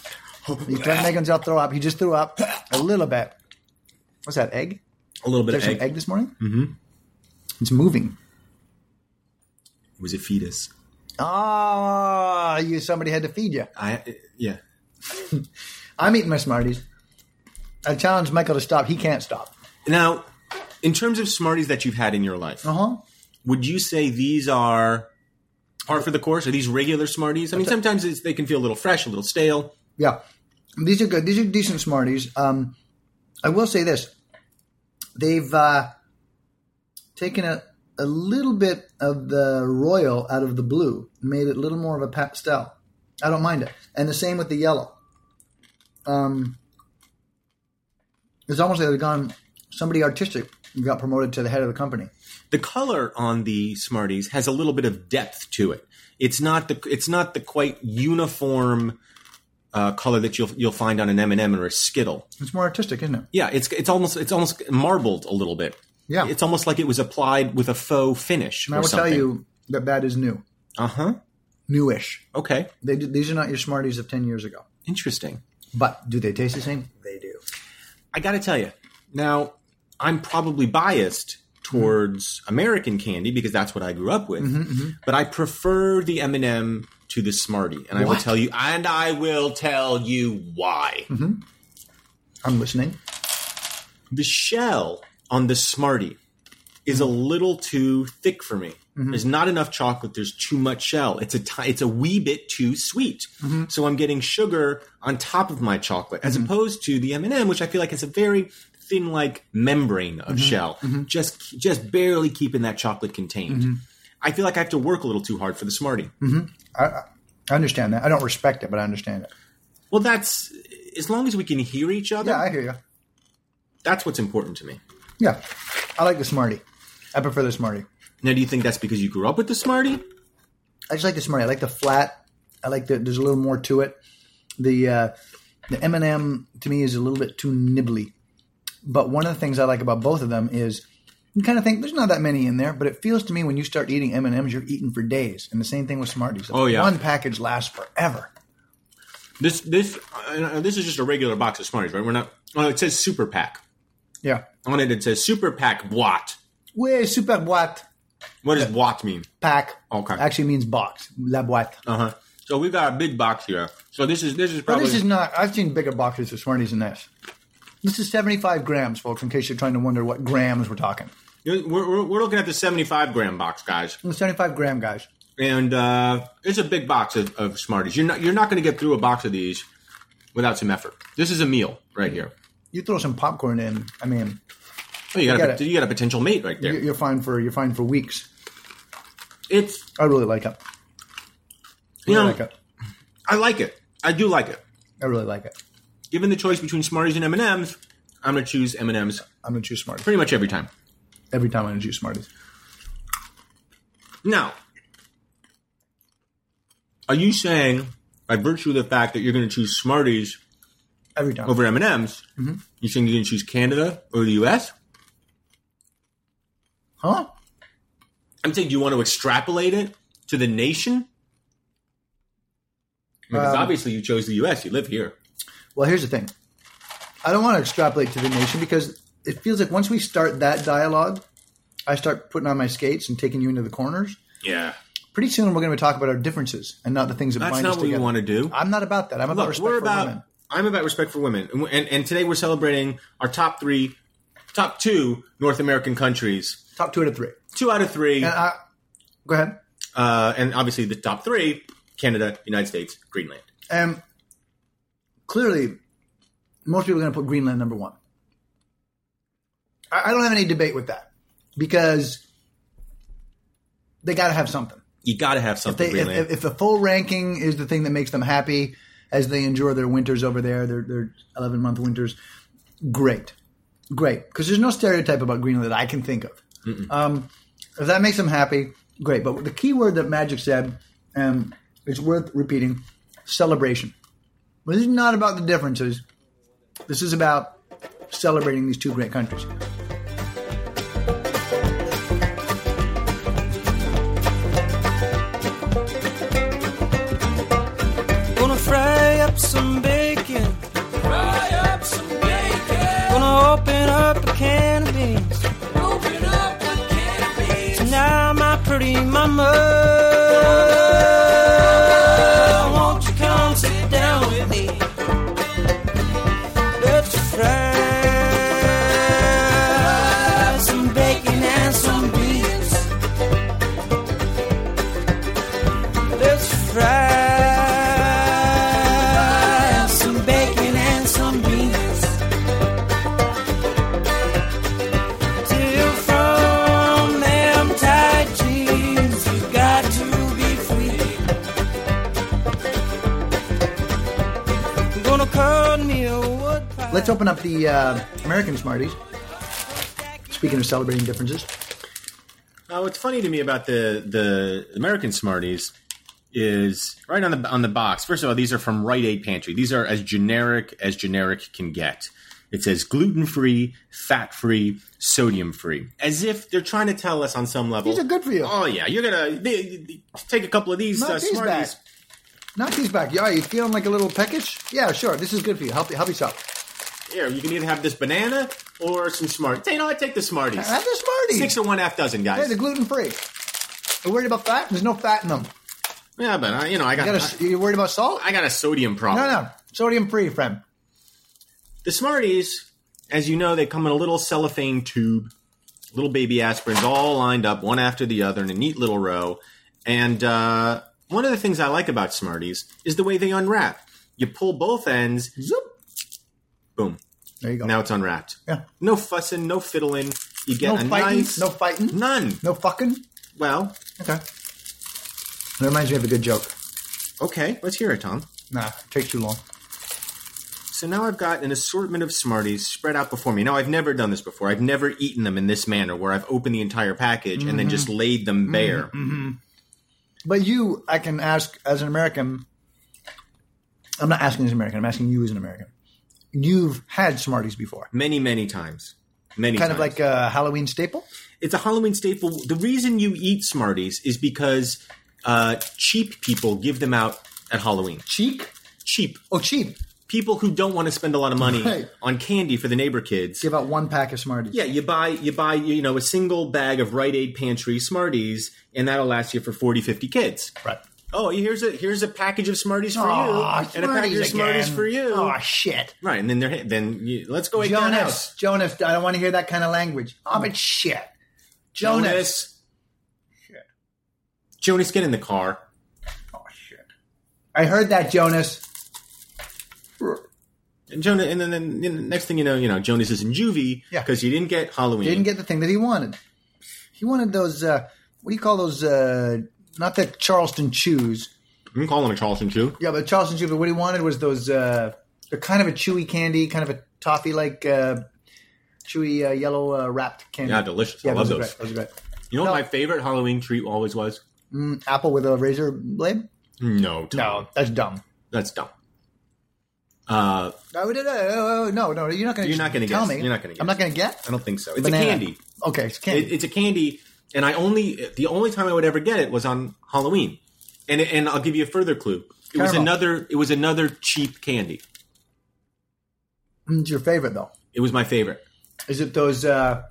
[SPEAKER 2] He's trying to make himself throw up. He just threw up a little bit. What's that, egg?
[SPEAKER 4] A little bit
[SPEAKER 2] There's
[SPEAKER 4] of egg.
[SPEAKER 2] some egg this morning? Mm-hmm. It's moving.
[SPEAKER 4] It was a fetus.
[SPEAKER 2] Ah, you somebody had to feed you.
[SPEAKER 4] I yeah.
[SPEAKER 2] I'm eating my Smarties. I challenged Michael to stop. He can't stop.
[SPEAKER 4] Now, in terms of Smarties that you've had in your life,
[SPEAKER 2] Uh-huh.
[SPEAKER 4] would you say these are par for the course? Are these regular Smarties? I mean, sometimes it's, they can feel a little fresh, a little stale.
[SPEAKER 2] Yeah, these are good. These are decent Smarties. Um, I will say this: they've uh, taken a a little bit of the royal out of the blue, made it a little more of a pastel. I don't mind it, and the same with the yellow. Um, it's almost like they've gone somebody artistic got promoted to the head of the company.
[SPEAKER 4] The color on the Smarties has a little bit of depth to it. It's not the it's not the quite uniform uh, color that you'll you'll find on an M and m or a Skittle.
[SPEAKER 2] It's more artistic, isn't it?
[SPEAKER 4] Yeah, it's it's almost it's almost marbled a little bit.
[SPEAKER 2] Yeah.
[SPEAKER 4] it's almost like it was applied with a faux finish.
[SPEAKER 2] And
[SPEAKER 4] or
[SPEAKER 2] I will
[SPEAKER 4] something.
[SPEAKER 2] tell you that that is new,
[SPEAKER 4] Uh huh.
[SPEAKER 2] newish.
[SPEAKER 4] Okay.
[SPEAKER 2] They, these are not your Smarties of ten years ago.
[SPEAKER 4] Interesting.
[SPEAKER 2] But do they taste the same? They do.
[SPEAKER 4] I got to tell you, now I'm probably biased towards American candy because that's what I grew up with, but I prefer the M&M to the Smartie, and I will
[SPEAKER 2] What?
[SPEAKER 4] tell you, and I will tell you why.
[SPEAKER 2] I'm listening.
[SPEAKER 4] The shell on the Smartie is a
[SPEAKER 2] Mm-hmm.
[SPEAKER 4] little too thick for me. There's not enough chocolate. There's too much shell. It's a ti it's a wee bit too sweet.
[SPEAKER 2] Mm-hmm.
[SPEAKER 4] So I'm getting sugar on top of my chocolate, as opposed to the M and m which I feel like has a very thin like membrane of
[SPEAKER 2] Mm-hmm.
[SPEAKER 4] shell, just just barely keeping that chocolate contained.
[SPEAKER 2] Mm-hmm.
[SPEAKER 4] I feel like I have to work a little too hard for the Smartie.
[SPEAKER 2] I understand that. I don't respect it, but I understand it.
[SPEAKER 4] Well, that's as long as we can hear each other.
[SPEAKER 2] Yeah, I hear you.
[SPEAKER 4] that's what's important to me.
[SPEAKER 2] Yeah, I like the Smartie. I prefer the Smartie.
[SPEAKER 4] Now, do you think that's because you grew up with the Smartie?
[SPEAKER 2] I just like the Smartie. I like the flat. I like the. There's a little more to it. The uh, the M and m to me is a little bit too nibbly. But one of the things I like about both of them is you kind of think there's not that many in there, but it feels to me when you start eating M and M's, you're eating for days. And the same thing with Smarties.
[SPEAKER 4] Oh, yeah.
[SPEAKER 2] one package lasts forever.
[SPEAKER 4] This this uh, this is just a regular box of Smarties, right? We're not. Oh, it says Super Pack
[SPEAKER 2] Yeah,
[SPEAKER 4] on it. It says Super Pack Boite.
[SPEAKER 2] way super boîte
[SPEAKER 4] What does Boite mean?
[SPEAKER 2] pack.
[SPEAKER 4] Okay.
[SPEAKER 2] actually means box. La boîte.
[SPEAKER 4] Uh huh. So we got a big box here. So this is this is
[SPEAKER 2] But
[SPEAKER 4] probably
[SPEAKER 2] this is not. I've seen bigger boxes of Smarties than this. This is 75 grams, folks, in case you're trying to wonder what grams we're talking.
[SPEAKER 4] We're, we're, we're looking at the 75 gram box, guys,
[SPEAKER 2] The 75 gram guys.
[SPEAKER 4] and uh, it's a big box of, of Smarties. You're not you're not going to get through a box of these without some effort. This is a meal right here.
[SPEAKER 2] You throw some popcorn in. I mean,
[SPEAKER 4] Oh, you got
[SPEAKER 2] Forget
[SPEAKER 4] a, pot-
[SPEAKER 2] it.
[SPEAKER 4] you got a potential mate right there.
[SPEAKER 2] you- you're fine for you're fine for weeks.
[SPEAKER 4] It's
[SPEAKER 2] I really like it. I
[SPEAKER 4] you
[SPEAKER 2] really
[SPEAKER 4] know
[SPEAKER 2] like it.
[SPEAKER 4] I like it. I do like it.
[SPEAKER 2] I really like it.
[SPEAKER 4] Given the choice between Smarties and M and M's, I'm going to choose M and M's
[SPEAKER 2] I'm gonna choose Smarties
[SPEAKER 4] pretty much every time.
[SPEAKER 2] every time. I'm gonna choose Smarties.
[SPEAKER 4] Now, are you saying, by virtue of the fact that you're going to choose Smarties
[SPEAKER 2] Every time.
[SPEAKER 4] over M and M's,
[SPEAKER 2] Mm-hmm.
[SPEAKER 4] you saying you're going to choose Canada or the U.S.?
[SPEAKER 2] Huh?
[SPEAKER 4] I'm saying, do you want to extrapolate it to the nation? Because
[SPEAKER 2] Um,
[SPEAKER 4] obviously, you chose the U.S. You live here.
[SPEAKER 2] Well, here's the thing. I don't want to extrapolate to the nation because it feels like once we start that dialogue, I start putting on my skates and taking you into the corners.
[SPEAKER 4] Yeah,
[SPEAKER 2] Pretty soon, we're going to talk about our differences and not the things that
[SPEAKER 4] that's
[SPEAKER 2] bind
[SPEAKER 4] not
[SPEAKER 2] us
[SPEAKER 4] what
[SPEAKER 2] together.
[SPEAKER 4] we want to do.
[SPEAKER 2] I'm not about that. I'm about
[SPEAKER 4] Look,
[SPEAKER 2] respect
[SPEAKER 4] we're
[SPEAKER 2] for
[SPEAKER 4] about.
[SPEAKER 2] women.
[SPEAKER 4] I'm about respect for women, and, and and today we're celebrating our top three, top two North American countries.
[SPEAKER 2] Top two out of three.
[SPEAKER 4] Two out of three.
[SPEAKER 2] And I, go ahead.
[SPEAKER 4] uh, and obviously the top three: Canada, United States, Greenland.
[SPEAKER 2] Um, clearly, most people are going to put Greenland number one. I, I don't have any debate with that because they got to have something.
[SPEAKER 4] You got to have something
[SPEAKER 2] They, if,
[SPEAKER 4] Greenland.
[SPEAKER 2] if, if a full ranking is the thing that makes them happy as they endure their winters over there, their their eleven month winters, great, great. Because there's no stereotype about Greenland that I can think of. Um, if that makes them happy, great. But the key word that Magic said, um, it's worth repeating: celebration. But this is not about the differences. This is about celebrating these two great countries.
[SPEAKER 6] Gonna fry up some bacon. Fry up some bacon. Gonna open up a can of beans. Open up a can of beans. Now, my pretty mama. Won't you come sit down with me? Let's fry some bacon and some beans. Let's fry some bacon and some beans. Till from them tight jeans, you got to be free. Gonna cut me a wood pie.
[SPEAKER 2] Let's open up the uh, American Smarties. Speaking of celebrating differences.
[SPEAKER 4] Now, what's funny to me about the the American Smarties is right on the on the box. First of all, these are from Rite Aid Pantry. These are as generic as generic can get. It says gluten free, fat free, sodium free, as if they're trying to tell us on some level
[SPEAKER 2] These are good for you.
[SPEAKER 4] Oh yeah, you're gonna they, they- take a couple of these
[SPEAKER 2] Knock
[SPEAKER 4] uh,
[SPEAKER 2] these
[SPEAKER 4] Smarties.
[SPEAKER 2] back. Knock these back. Yeah, you feeling like a little peckish? Yeah, sure. This is good for you. Help, help yourself.
[SPEAKER 4] Here, you can either have this banana or some Smart. Say, you know, what? take the Smarties.
[SPEAKER 2] Have the Smarties.
[SPEAKER 4] Six to one half dozen, guys.
[SPEAKER 2] Hey, they're gluten free. You're worried about fat? There's no fat in them.
[SPEAKER 4] yeah, but I, you know, I
[SPEAKER 2] You
[SPEAKER 4] got,
[SPEAKER 2] gotta, you're worried about salt?
[SPEAKER 4] I, I got a sodium problem.
[SPEAKER 2] No, no. Sodium free, friend.
[SPEAKER 4] The Smarties, as you know, they come in a little cellophane tube, little baby aspirins all lined up one after the other in a neat little row. And uh, one of the things I like about Smarties is the way they unwrap. You pull both ends,
[SPEAKER 2] Zoop.
[SPEAKER 4] boom,
[SPEAKER 2] There you go.
[SPEAKER 4] now it's unwrapped.
[SPEAKER 2] Yeah.
[SPEAKER 4] No fussing, no fiddling. You get
[SPEAKER 2] no
[SPEAKER 4] a
[SPEAKER 2] fighting.
[SPEAKER 4] nice.
[SPEAKER 2] No fighting.
[SPEAKER 4] None.
[SPEAKER 2] No fucking.
[SPEAKER 4] Well,
[SPEAKER 2] Okay. That reminds me of a good joke.
[SPEAKER 4] okay, let's hear it, Tom.
[SPEAKER 2] Nah, it takes too long.
[SPEAKER 4] So now I've got an assortment of Smarties spread out before me. Now I've never done this before. I've never eaten them in this manner, where I've opened the entire package and then
[SPEAKER 2] Mm-hmm.
[SPEAKER 4] just laid them bare.
[SPEAKER 2] But you, I can ask as an American. I'm not asking as an American. I'm asking you as an American. You've had Smarties before,
[SPEAKER 4] Many, many times. Many
[SPEAKER 2] kind
[SPEAKER 4] times.
[SPEAKER 2] of like a Halloween staple.
[SPEAKER 4] it's a Halloween staple. The reason you eat Smarties is because uh, cheap people give them out at Halloween.
[SPEAKER 2] Cheek.
[SPEAKER 4] Cheap
[SPEAKER 2] Oh, cheap.
[SPEAKER 4] people who don't want to spend a lot of money
[SPEAKER 2] Right.
[SPEAKER 4] on candy for the neighbor kids.
[SPEAKER 2] Give out one pack of Smarties.
[SPEAKER 4] Yeah, you buy you buy you know a single bag of Rite Aid pantry Smarties, and that'll last you for 40, 50 kids.
[SPEAKER 2] Right.
[SPEAKER 4] oh, here's a here's a package of Smarties for
[SPEAKER 2] Aw,
[SPEAKER 4] you, and a package of Smarties
[SPEAKER 2] again.
[SPEAKER 4] for you.
[SPEAKER 2] Aw, shit.
[SPEAKER 4] right, and then they're then you, let's go eat that
[SPEAKER 2] Jonas,
[SPEAKER 4] house.
[SPEAKER 2] Jonas, I don't want to hear that kind of language. Oh, but shit. Jonas.
[SPEAKER 4] Jonas, Jonas, get in the car.
[SPEAKER 2] Oh, shit. I heard that, Jonas.
[SPEAKER 4] And Jonas, and then, then you know, next thing you know, you know Jonas is in juvie
[SPEAKER 2] Yeah.
[SPEAKER 4] because he didn't get Halloween.
[SPEAKER 2] Didn't get the thing that he wanted. He wanted those, uh, what do you call those, uh, not the Charleston Chews.
[SPEAKER 4] I'm calling a Charleston too.
[SPEAKER 2] Yeah, but Charleston Chews, but what he wanted was those, uh, they're kind of a chewy candy, kind of a toffee like, uh, chewy uh, yellow uh, wrapped candy.
[SPEAKER 4] Yeah, delicious. I love
[SPEAKER 2] are
[SPEAKER 4] those.
[SPEAKER 2] great. Those are great.
[SPEAKER 4] You know
[SPEAKER 2] No.
[SPEAKER 4] what my favorite Halloween treat always was?
[SPEAKER 2] Apple with a razor blade?
[SPEAKER 4] No, Tom.
[SPEAKER 2] No, that's dumb.
[SPEAKER 4] that's dumb. Uh,
[SPEAKER 2] No, no, no, oh, no, no, you're not going to.
[SPEAKER 4] You're not gonna
[SPEAKER 2] tell
[SPEAKER 4] guess.
[SPEAKER 2] me.
[SPEAKER 4] You're not gonna
[SPEAKER 2] I'm
[SPEAKER 4] guess.
[SPEAKER 2] not going to get.
[SPEAKER 4] I don't think so. It's
[SPEAKER 2] Banana.
[SPEAKER 4] a candy.
[SPEAKER 2] Okay, it's candy.
[SPEAKER 4] It, it's a candy, and I only the only time I would ever get it was on Halloween. And and I'll give you a further clue. It was
[SPEAKER 2] Caramel.
[SPEAKER 4] another. It was another cheap candy.
[SPEAKER 2] it's your favorite though.
[SPEAKER 4] It was my favorite.
[SPEAKER 2] Is it those uh,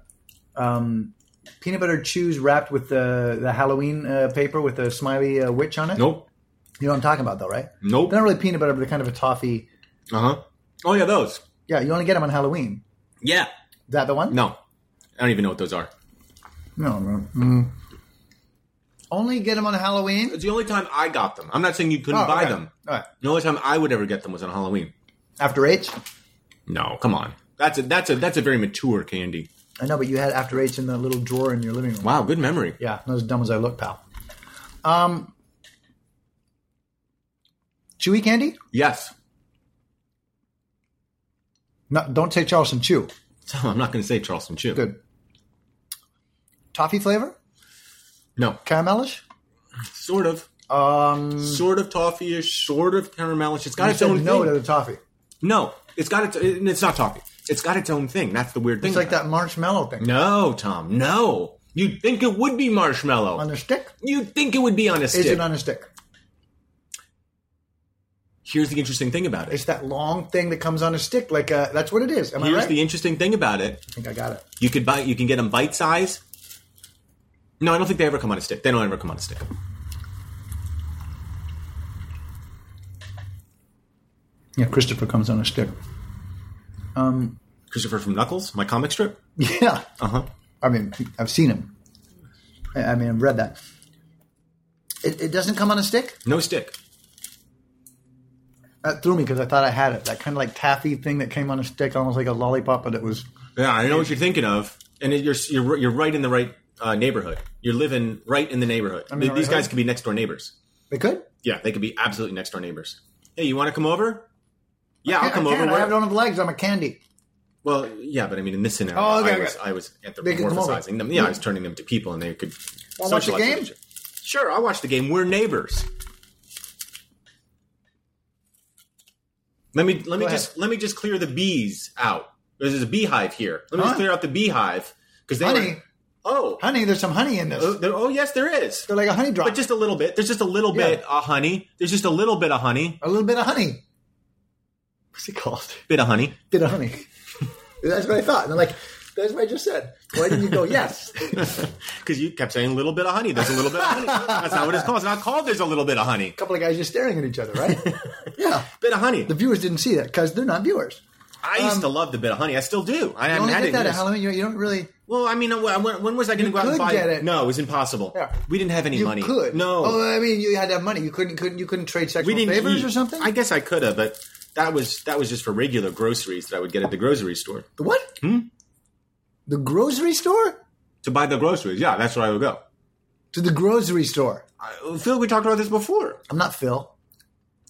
[SPEAKER 2] um, peanut butter chews wrapped with the the Halloween uh, paper with a smiley uh, witch on it?
[SPEAKER 4] Nope.
[SPEAKER 2] You know what I'm talking about though, right?
[SPEAKER 4] Nope.
[SPEAKER 2] They're not really peanut butter, but they're kind of a toffee.
[SPEAKER 4] Uh huh. Oh yeah, those.
[SPEAKER 2] Yeah, you only get them on Halloween.
[SPEAKER 4] Yeah.
[SPEAKER 2] Is that the one?
[SPEAKER 4] No, I don't even know what those are.
[SPEAKER 2] no. no. Mm. Only get them on Halloween.
[SPEAKER 4] It's the only time I got them. I'm not saying you couldn't
[SPEAKER 2] Oh,
[SPEAKER 4] buy
[SPEAKER 2] okay.
[SPEAKER 4] them.
[SPEAKER 2] All right.
[SPEAKER 4] The only time I would ever get them was on Halloween.
[SPEAKER 2] After eight.
[SPEAKER 4] No, come on. That's a that's a that's a very mature candy.
[SPEAKER 2] I know, but you had after eight in the little drawer in your living room.
[SPEAKER 4] Wow, good memory.
[SPEAKER 2] Yeah, not as dumb as I look, pal. Um, chewy candy?
[SPEAKER 4] Yes.
[SPEAKER 2] No, don't say Charleston Chew.
[SPEAKER 4] So I'm not going to say Charleston Chew.
[SPEAKER 2] Good. Toffee flavor?
[SPEAKER 4] No,
[SPEAKER 2] Caramelish?
[SPEAKER 4] sort of,
[SPEAKER 2] Um,
[SPEAKER 4] sort of toffee-ish, sort of caramelish. It's got
[SPEAKER 2] you
[SPEAKER 4] its
[SPEAKER 2] said
[SPEAKER 4] own
[SPEAKER 2] no
[SPEAKER 4] thing.
[SPEAKER 2] to the toffee.
[SPEAKER 4] No, it's got its. It, it's not toffee. It's got its own thing. That's the weird thing.
[SPEAKER 2] It's like
[SPEAKER 4] about
[SPEAKER 2] that marshmallow
[SPEAKER 4] it.
[SPEAKER 2] thing
[SPEAKER 4] No, Tom. No. You'd think it would be marshmallow.
[SPEAKER 2] on a stick.
[SPEAKER 4] You'd think it would be on a stick.
[SPEAKER 2] Is it on a stick?
[SPEAKER 4] Here's the interesting thing about it.
[SPEAKER 2] It's that long thing that comes on a stick. Like uh, that's what it is. Am
[SPEAKER 4] Here's
[SPEAKER 2] I right?
[SPEAKER 4] the interesting thing about it.
[SPEAKER 2] I think I got it.
[SPEAKER 4] You could buy. You can get them bite size. No, I don't think they ever come on a stick. They don't ever come on a stick.
[SPEAKER 2] Yeah, Christopher comes on a stick. Um,
[SPEAKER 4] Christopher from Knuckles, my comic strip.
[SPEAKER 2] yeah.
[SPEAKER 4] Uh huh.
[SPEAKER 2] I mean, I've seen him. I I mean, I've read that. It, it doesn't come on a stick.
[SPEAKER 4] No stick.
[SPEAKER 2] That threw me because I thought I had it. That kind of like taffy thing that came on a stick, almost like a lollipop, but it was.
[SPEAKER 4] Yeah, I know what you're thinking of, and it, you're you're you're right in the right uh, neighborhood. You're living right in the neighborhood.
[SPEAKER 2] mean,
[SPEAKER 4] Th- These
[SPEAKER 2] right
[SPEAKER 4] guys
[SPEAKER 2] hood.
[SPEAKER 4] could be next door neighbors.
[SPEAKER 2] They could.
[SPEAKER 4] Yeah, they could be absolutely next door neighbors. Hey, you want to come over? Yeah, I'll
[SPEAKER 2] I
[SPEAKER 4] come
[SPEAKER 2] can.
[SPEAKER 4] over.
[SPEAKER 2] I
[SPEAKER 4] We're-
[SPEAKER 2] have it on the legs. I'm a candy.
[SPEAKER 4] well, yeah, but I mean, in this scenario,
[SPEAKER 2] Oh, okay,
[SPEAKER 4] I, was,
[SPEAKER 2] okay.
[SPEAKER 4] I was
[SPEAKER 2] They could come over. Mm-hmm.
[SPEAKER 4] anthropomorphizing them. Yeah, I was turning them to people, and they could
[SPEAKER 2] Wanna watch the
[SPEAKER 4] socialize with
[SPEAKER 2] game?
[SPEAKER 4] each other. Sure, I'll watch the game. We're neighbors. Let me let me
[SPEAKER 2] Go ahead.
[SPEAKER 4] just let me just clear the bees out. There's a beehive here. Let me
[SPEAKER 2] Huh?
[SPEAKER 4] just clear out the beehive because they
[SPEAKER 2] Honey,
[SPEAKER 4] were- oh
[SPEAKER 2] honey. There's some honey in this.
[SPEAKER 4] Oh, there- oh, yes, there is.
[SPEAKER 2] They're like a honey drop.
[SPEAKER 4] But just a little bit. There's just a little
[SPEAKER 2] Yeah.
[SPEAKER 4] bit of honey. There's just a little bit of honey.
[SPEAKER 2] a little bit of honey. What's it called?
[SPEAKER 4] Bit of honey.
[SPEAKER 2] Bit of honey. that's what I thought. And I'm like, that's what I just said. Why didn't you go yes?
[SPEAKER 4] Because you kept saying little bit of honey. There's a little bit of honey. That's not what it's called. It's not called there's a little bit of honey.
[SPEAKER 2] couple of guys just staring at each other, right? yeah.
[SPEAKER 4] Bit of honey.
[SPEAKER 2] The viewers didn't see that because they're not viewers.
[SPEAKER 4] I used to love the bit of honey. I still do. I
[SPEAKER 2] You
[SPEAKER 4] haven't
[SPEAKER 2] only
[SPEAKER 4] had
[SPEAKER 2] get
[SPEAKER 4] it.
[SPEAKER 2] that at
[SPEAKER 4] years.
[SPEAKER 2] Halloween. You, you don't really.
[SPEAKER 4] Well, I mean, I- when, when was I going to go out
[SPEAKER 2] could
[SPEAKER 4] and buy
[SPEAKER 2] get it.
[SPEAKER 4] No, it was impossible.
[SPEAKER 2] Yeah.
[SPEAKER 4] We didn't have any
[SPEAKER 2] you
[SPEAKER 4] money.
[SPEAKER 2] could.
[SPEAKER 4] No.
[SPEAKER 2] Oh, I mean, you had to have money. You couldn't. Couldn't. You couldn't trade
[SPEAKER 4] we
[SPEAKER 2] sexual
[SPEAKER 4] didn't
[SPEAKER 2] favors
[SPEAKER 4] eat.
[SPEAKER 2] or something.
[SPEAKER 4] I guess I could have, but that was that was just for regular groceries that I would get at the grocery store.
[SPEAKER 2] The what? Hmm? The grocery store?
[SPEAKER 4] To buy the groceries. Yeah, that's where I would go.
[SPEAKER 2] To the grocery store.
[SPEAKER 4] I feel like we talked about this before.
[SPEAKER 2] I'm not Phil.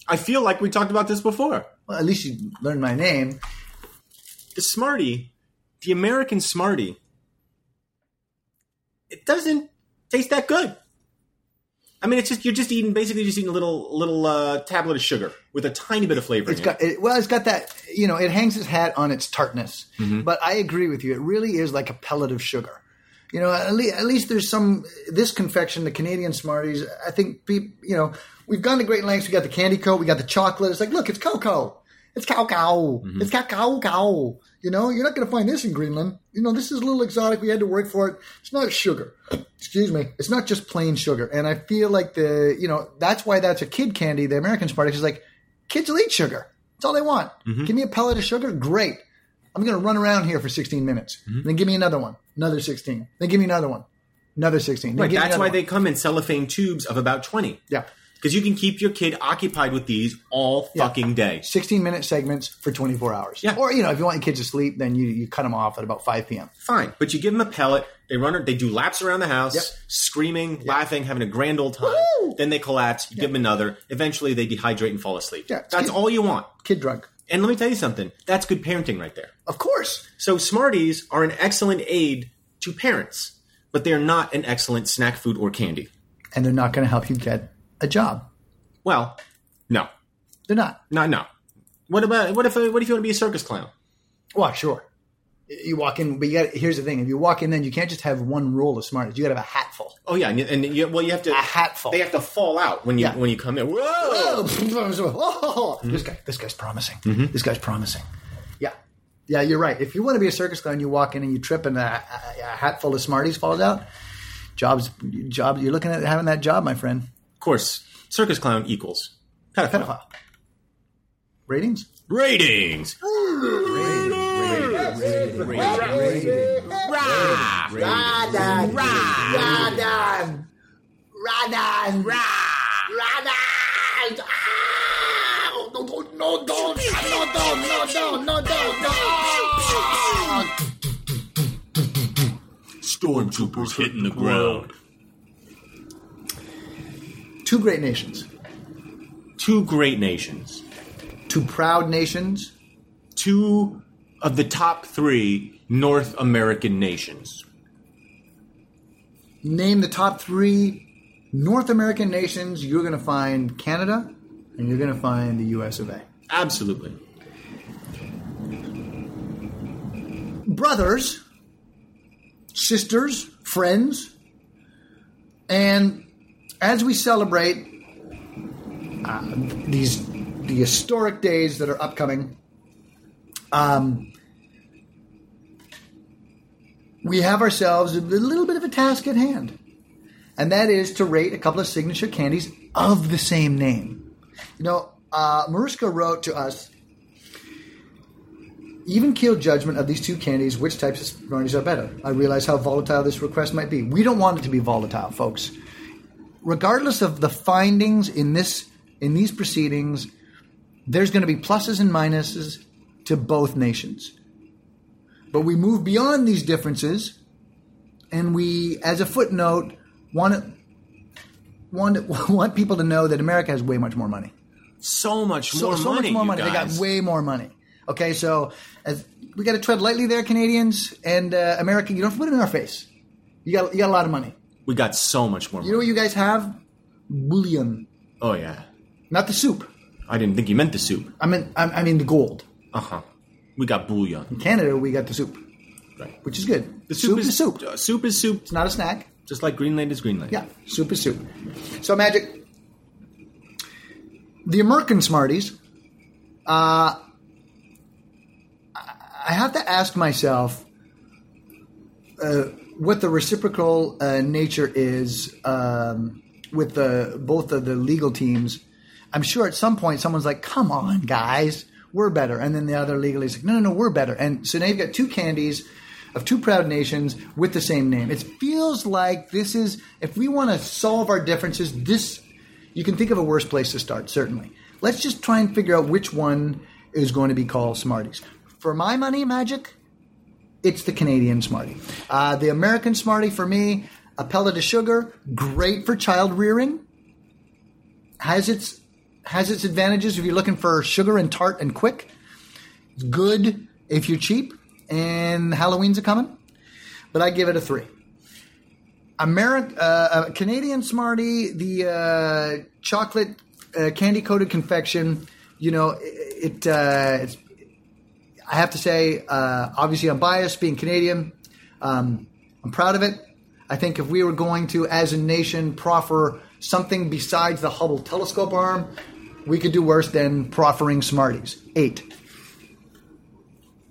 [SPEAKER 4] I feel like we talked about this before.
[SPEAKER 2] Well, at least you learned my name.
[SPEAKER 4] The Smartie, the American Smartie, it doesn't taste that good. I mean, it's just you're just eating basically just eating a little little uh, tablet of sugar with a tiny bit of flavor.
[SPEAKER 2] It's
[SPEAKER 4] in
[SPEAKER 2] got it, well, it's got that you know, it hangs its hat on its tartness. But I agree with you; it really is like a pellet of sugar. You know, at, le- at least there's some this confection, the Canadian Smarties. I think peop you know, we've gone to great lengths. We got the candy coat, we got the chocolate. It's like, look, it's cocoa. It's cow cow. It's cow cow cow. You know, you're not going to find this in Greenland. You know, this is a little exotic. We had to work for it. It's not sugar. Excuse me. It's not just plain sugar. And I feel like the, you know, that's why that's a kid candy. The American part is like, kids will eat sugar. That's all they want.
[SPEAKER 4] Mm-hmm.
[SPEAKER 2] Give me a pellet of sugar. Great. I'm going to run around here for 16 minutes.
[SPEAKER 4] Mm-hmm.
[SPEAKER 2] Then give me another one. Another 16. Then give me another one. Another 16. Then
[SPEAKER 4] Right,
[SPEAKER 2] give me
[SPEAKER 4] that's
[SPEAKER 2] another
[SPEAKER 4] why
[SPEAKER 2] one.
[SPEAKER 4] they come in cellophane tubes of about 20.
[SPEAKER 2] Yeah.
[SPEAKER 4] Because you can keep your kid occupied with these all fucking day.
[SPEAKER 2] 16 minute segments for 24 hours.
[SPEAKER 4] Yeah.
[SPEAKER 2] Or, you know, if you want your kids to sleep, then you, you cut them off at about 5 p.m.
[SPEAKER 4] Fine. But you give them a pellet, they run they do laps around the house,
[SPEAKER 2] Yep.
[SPEAKER 4] screaming, laughing, having a grand old time.
[SPEAKER 2] Woo-hoo!
[SPEAKER 4] Then they collapse, you give them another, eventually they dehydrate and fall asleep.
[SPEAKER 2] Yeah, it's
[SPEAKER 4] That's
[SPEAKER 2] good.
[SPEAKER 4] all you want.
[SPEAKER 2] Kid drug.
[SPEAKER 4] And let me tell you something, that's good parenting right there.
[SPEAKER 2] Of course.
[SPEAKER 4] So Smarties are an excellent aid to parents, but they're not an excellent snack food or candy.
[SPEAKER 2] And they're not going to help you get a job.
[SPEAKER 4] Well, no.
[SPEAKER 2] They're not.
[SPEAKER 4] Not no. What about what if what if you want to be a circus clown?
[SPEAKER 2] Well, sure. You walk in, but you got, here's the thing. If you walk in, then you can't just have one roll of Smarties. You got to have a hatful.
[SPEAKER 4] Oh yeah, and, and you, well you have to
[SPEAKER 2] A hatful.
[SPEAKER 4] They have to fall out when you
[SPEAKER 2] Yeah.
[SPEAKER 4] when you come in. Whoa!
[SPEAKER 2] Oh, This guy, this guy's promising. This guy's promising. Mm-hmm. Yeah, yeah, you're right. If you want to be a circus clown, you walk in and you trip, and a, a, a hat full of Smarties falls out. Jobs, job. You're looking at having that job, my friend.
[SPEAKER 4] Of course, circus clown equals pedophile.
[SPEAKER 2] Pedophile. Ratings.
[SPEAKER 4] Ratings.
[SPEAKER 2] Radan. Radan. Radan. Radan. No, no, no, no, no, no, no, no, no.
[SPEAKER 3] Stormtroopers hitting the ground.
[SPEAKER 2] Two great nations.
[SPEAKER 4] Two great nations.
[SPEAKER 2] Two proud nations.
[SPEAKER 4] Two of the top three North American nations.
[SPEAKER 2] Name the top three North American nations. You're going to find Canada, and you're going to find the U.S. of A.
[SPEAKER 4] Absolutely.
[SPEAKER 2] Brothers, sisters, friends, and as we celebrate uh, these the historic days that are upcoming, um, we have ourselves a little bit of a task at hand, and that is to rate a couple of signature candies of the same name. You know, uh, Mariska wrote to us. Even keel judgment of these two candies, which types of Smarties are better? I realize how volatile this request might be. We don't want it to be volatile, folks regardless of the findings in this in these proceedings, there's going to be pluses and minuses to both nations. But we move beyond these differences, and we, as a footnote, want to, want to- want people to know that America has way much more money.
[SPEAKER 4] So much
[SPEAKER 2] So,
[SPEAKER 4] more
[SPEAKER 2] so much
[SPEAKER 4] money.
[SPEAKER 2] more
[SPEAKER 4] you
[SPEAKER 2] money. They got
[SPEAKER 4] guys.
[SPEAKER 2] way more money. Okay, so as, we got to tread lightly there, Canadians and uh, America. You don't have to put it in our face. You got you got a lot of money.
[SPEAKER 4] We got so much more.
[SPEAKER 2] You know
[SPEAKER 4] Money.
[SPEAKER 2] what you guys have? Bullion,
[SPEAKER 4] Oh yeah.
[SPEAKER 2] not the soup.
[SPEAKER 4] I didn't think you meant the soup.
[SPEAKER 2] I mean, I, I mean the gold.
[SPEAKER 4] Uh huh. We got bouillon.
[SPEAKER 2] Canada, we got the soup,
[SPEAKER 4] Right.
[SPEAKER 2] which is good.
[SPEAKER 4] The soup, is
[SPEAKER 2] soup.
[SPEAKER 4] uh, soup is soup.
[SPEAKER 2] It's not a snack.
[SPEAKER 4] Just like Greenland is Greenland.
[SPEAKER 2] Yeah, soup is soup. So magic. The American Smarties. Uh, I I have to ask myself uh, what the reciprocal uh, nature is um, with the both of the legal teams. I'm sure at some point someone's like, "Come on, guys, we're better," and then the other legal is like, "No, no, no, we're better." And so now you've got two candies of two proud nations with the same name. It feels like this is if we want to solve our differences, this you can think of a worse place to start. Certainly, let's just try and figure out which one is going to be called Smarties. For my money, Magic, it's the Canadian Smartie. Uh, the American Smartie for me, a pellet of sugar, great for child rearing. Has its has its advantages if you're looking for sugar and tart and quick. It's good if you're cheap, and Halloween's a coming. But I give it a three. American uh, uh, Canadian Smartie, the uh, chocolate uh, candy coated confection. You know, it, it uh, it's I have to say, uh, obviously, I'm biased being Canadian. Um, I'm proud of it. I think if we were going to, as a nation, proffer something besides the Hubble telescope arm, we could do worse than proffering Smarties. Eight.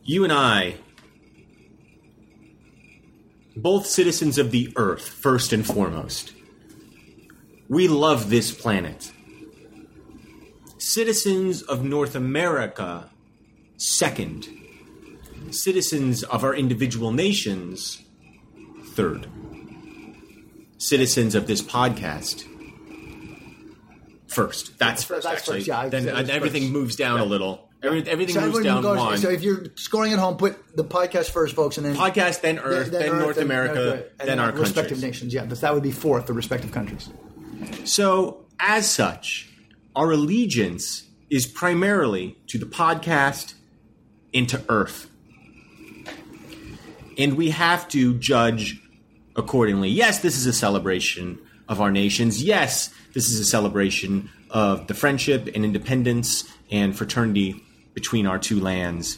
[SPEAKER 4] You and I, both citizens of the Earth, first and foremost, we love this planet. Citizens of North America, second. Citizens of our individual nations, third. Citizens of this podcast, first. That's first,
[SPEAKER 2] that's
[SPEAKER 4] actually.
[SPEAKER 2] first, yeah, I'd
[SPEAKER 4] then
[SPEAKER 2] say
[SPEAKER 4] uh,
[SPEAKER 2] that's
[SPEAKER 4] everything
[SPEAKER 2] first.
[SPEAKER 4] moves down a little. Every, everything
[SPEAKER 2] So,
[SPEAKER 4] moves
[SPEAKER 2] everyone
[SPEAKER 4] down
[SPEAKER 2] goes-
[SPEAKER 4] one.
[SPEAKER 2] so if you're scoring at home, put the podcast first, folks, and then
[SPEAKER 4] podcast, then Earth, then,
[SPEAKER 2] Earth,
[SPEAKER 4] North America,
[SPEAKER 2] America,
[SPEAKER 4] then,
[SPEAKER 2] and
[SPEAKER 4] our
[SPEAKER 2] respective
[SPEAKER 4] countries.
[SPEAKER 2] nations. Yeah, but that would be fourth, the respective countries.
[SPEAKER 4] So, as such, our allegiance is primarily to the podcast and to Earth. And we have to judge accordingly. Yes, this is a celebration of our nations. Yes, this is a celebration of the friendship and independence and fraternity between our two lands.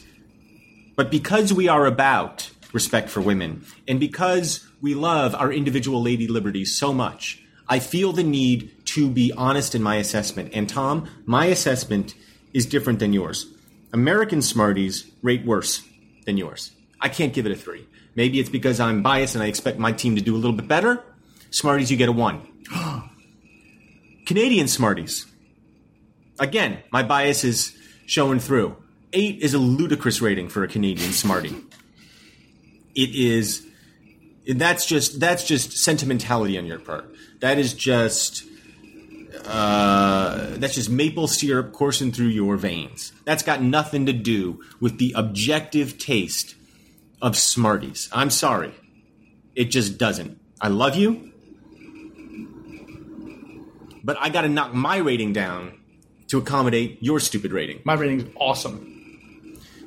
[SPEAKER 4] But because we are about respect for women, and because we love our individual lady liberties so much, I feel the need to be honest in my assessment. And Tom, my assessment is different than yours. American Smarties rate worse than yours. I can't give it a three. Maybe it's because I'm biased and I expect my team to do a little bit better. Smarties, you get a one. Canadian Smarties, again, my bias is showing through. Eight is a ludicrous rating for a Canadian Smartie. It is. That's just that's just sentimentality on your part. That is just. Uh, that's just maple syrup coursing through your veins. That's got nothing to do with the objective taste of Smarties. I'm sorry, it just doesn't. I love you, but I got to knock my rating down to accommodate your stupid rating.
[SPEAKER 2] My rating's awesome.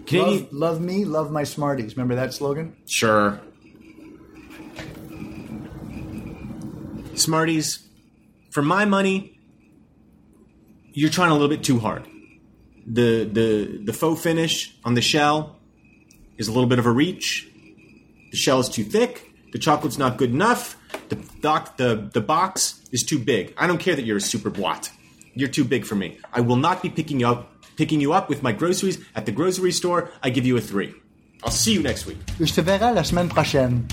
[SPEAKER 4] Canadian,
[SPEAKER 2] Love, love me, love my Smarties. Remember that slogan?
[SPEAKER 4] sure. Smarties, for my money, you're trying a little bit too hard. The the the faux finish on the shell is a little bit of a reach. The shell is too thick. The chocolate's not good enough. The doc, the the box is too big. I don't care that you're a super blot. You're too big for me. I will not be picking you up picking you up with my groceries at the grocery store. I give you a three. I'll see you next week.
[SPEAKER 2] Je te verrai la semaine prochaine.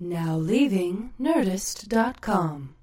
[SPEAKER 1] Now leaving Nerdist.com.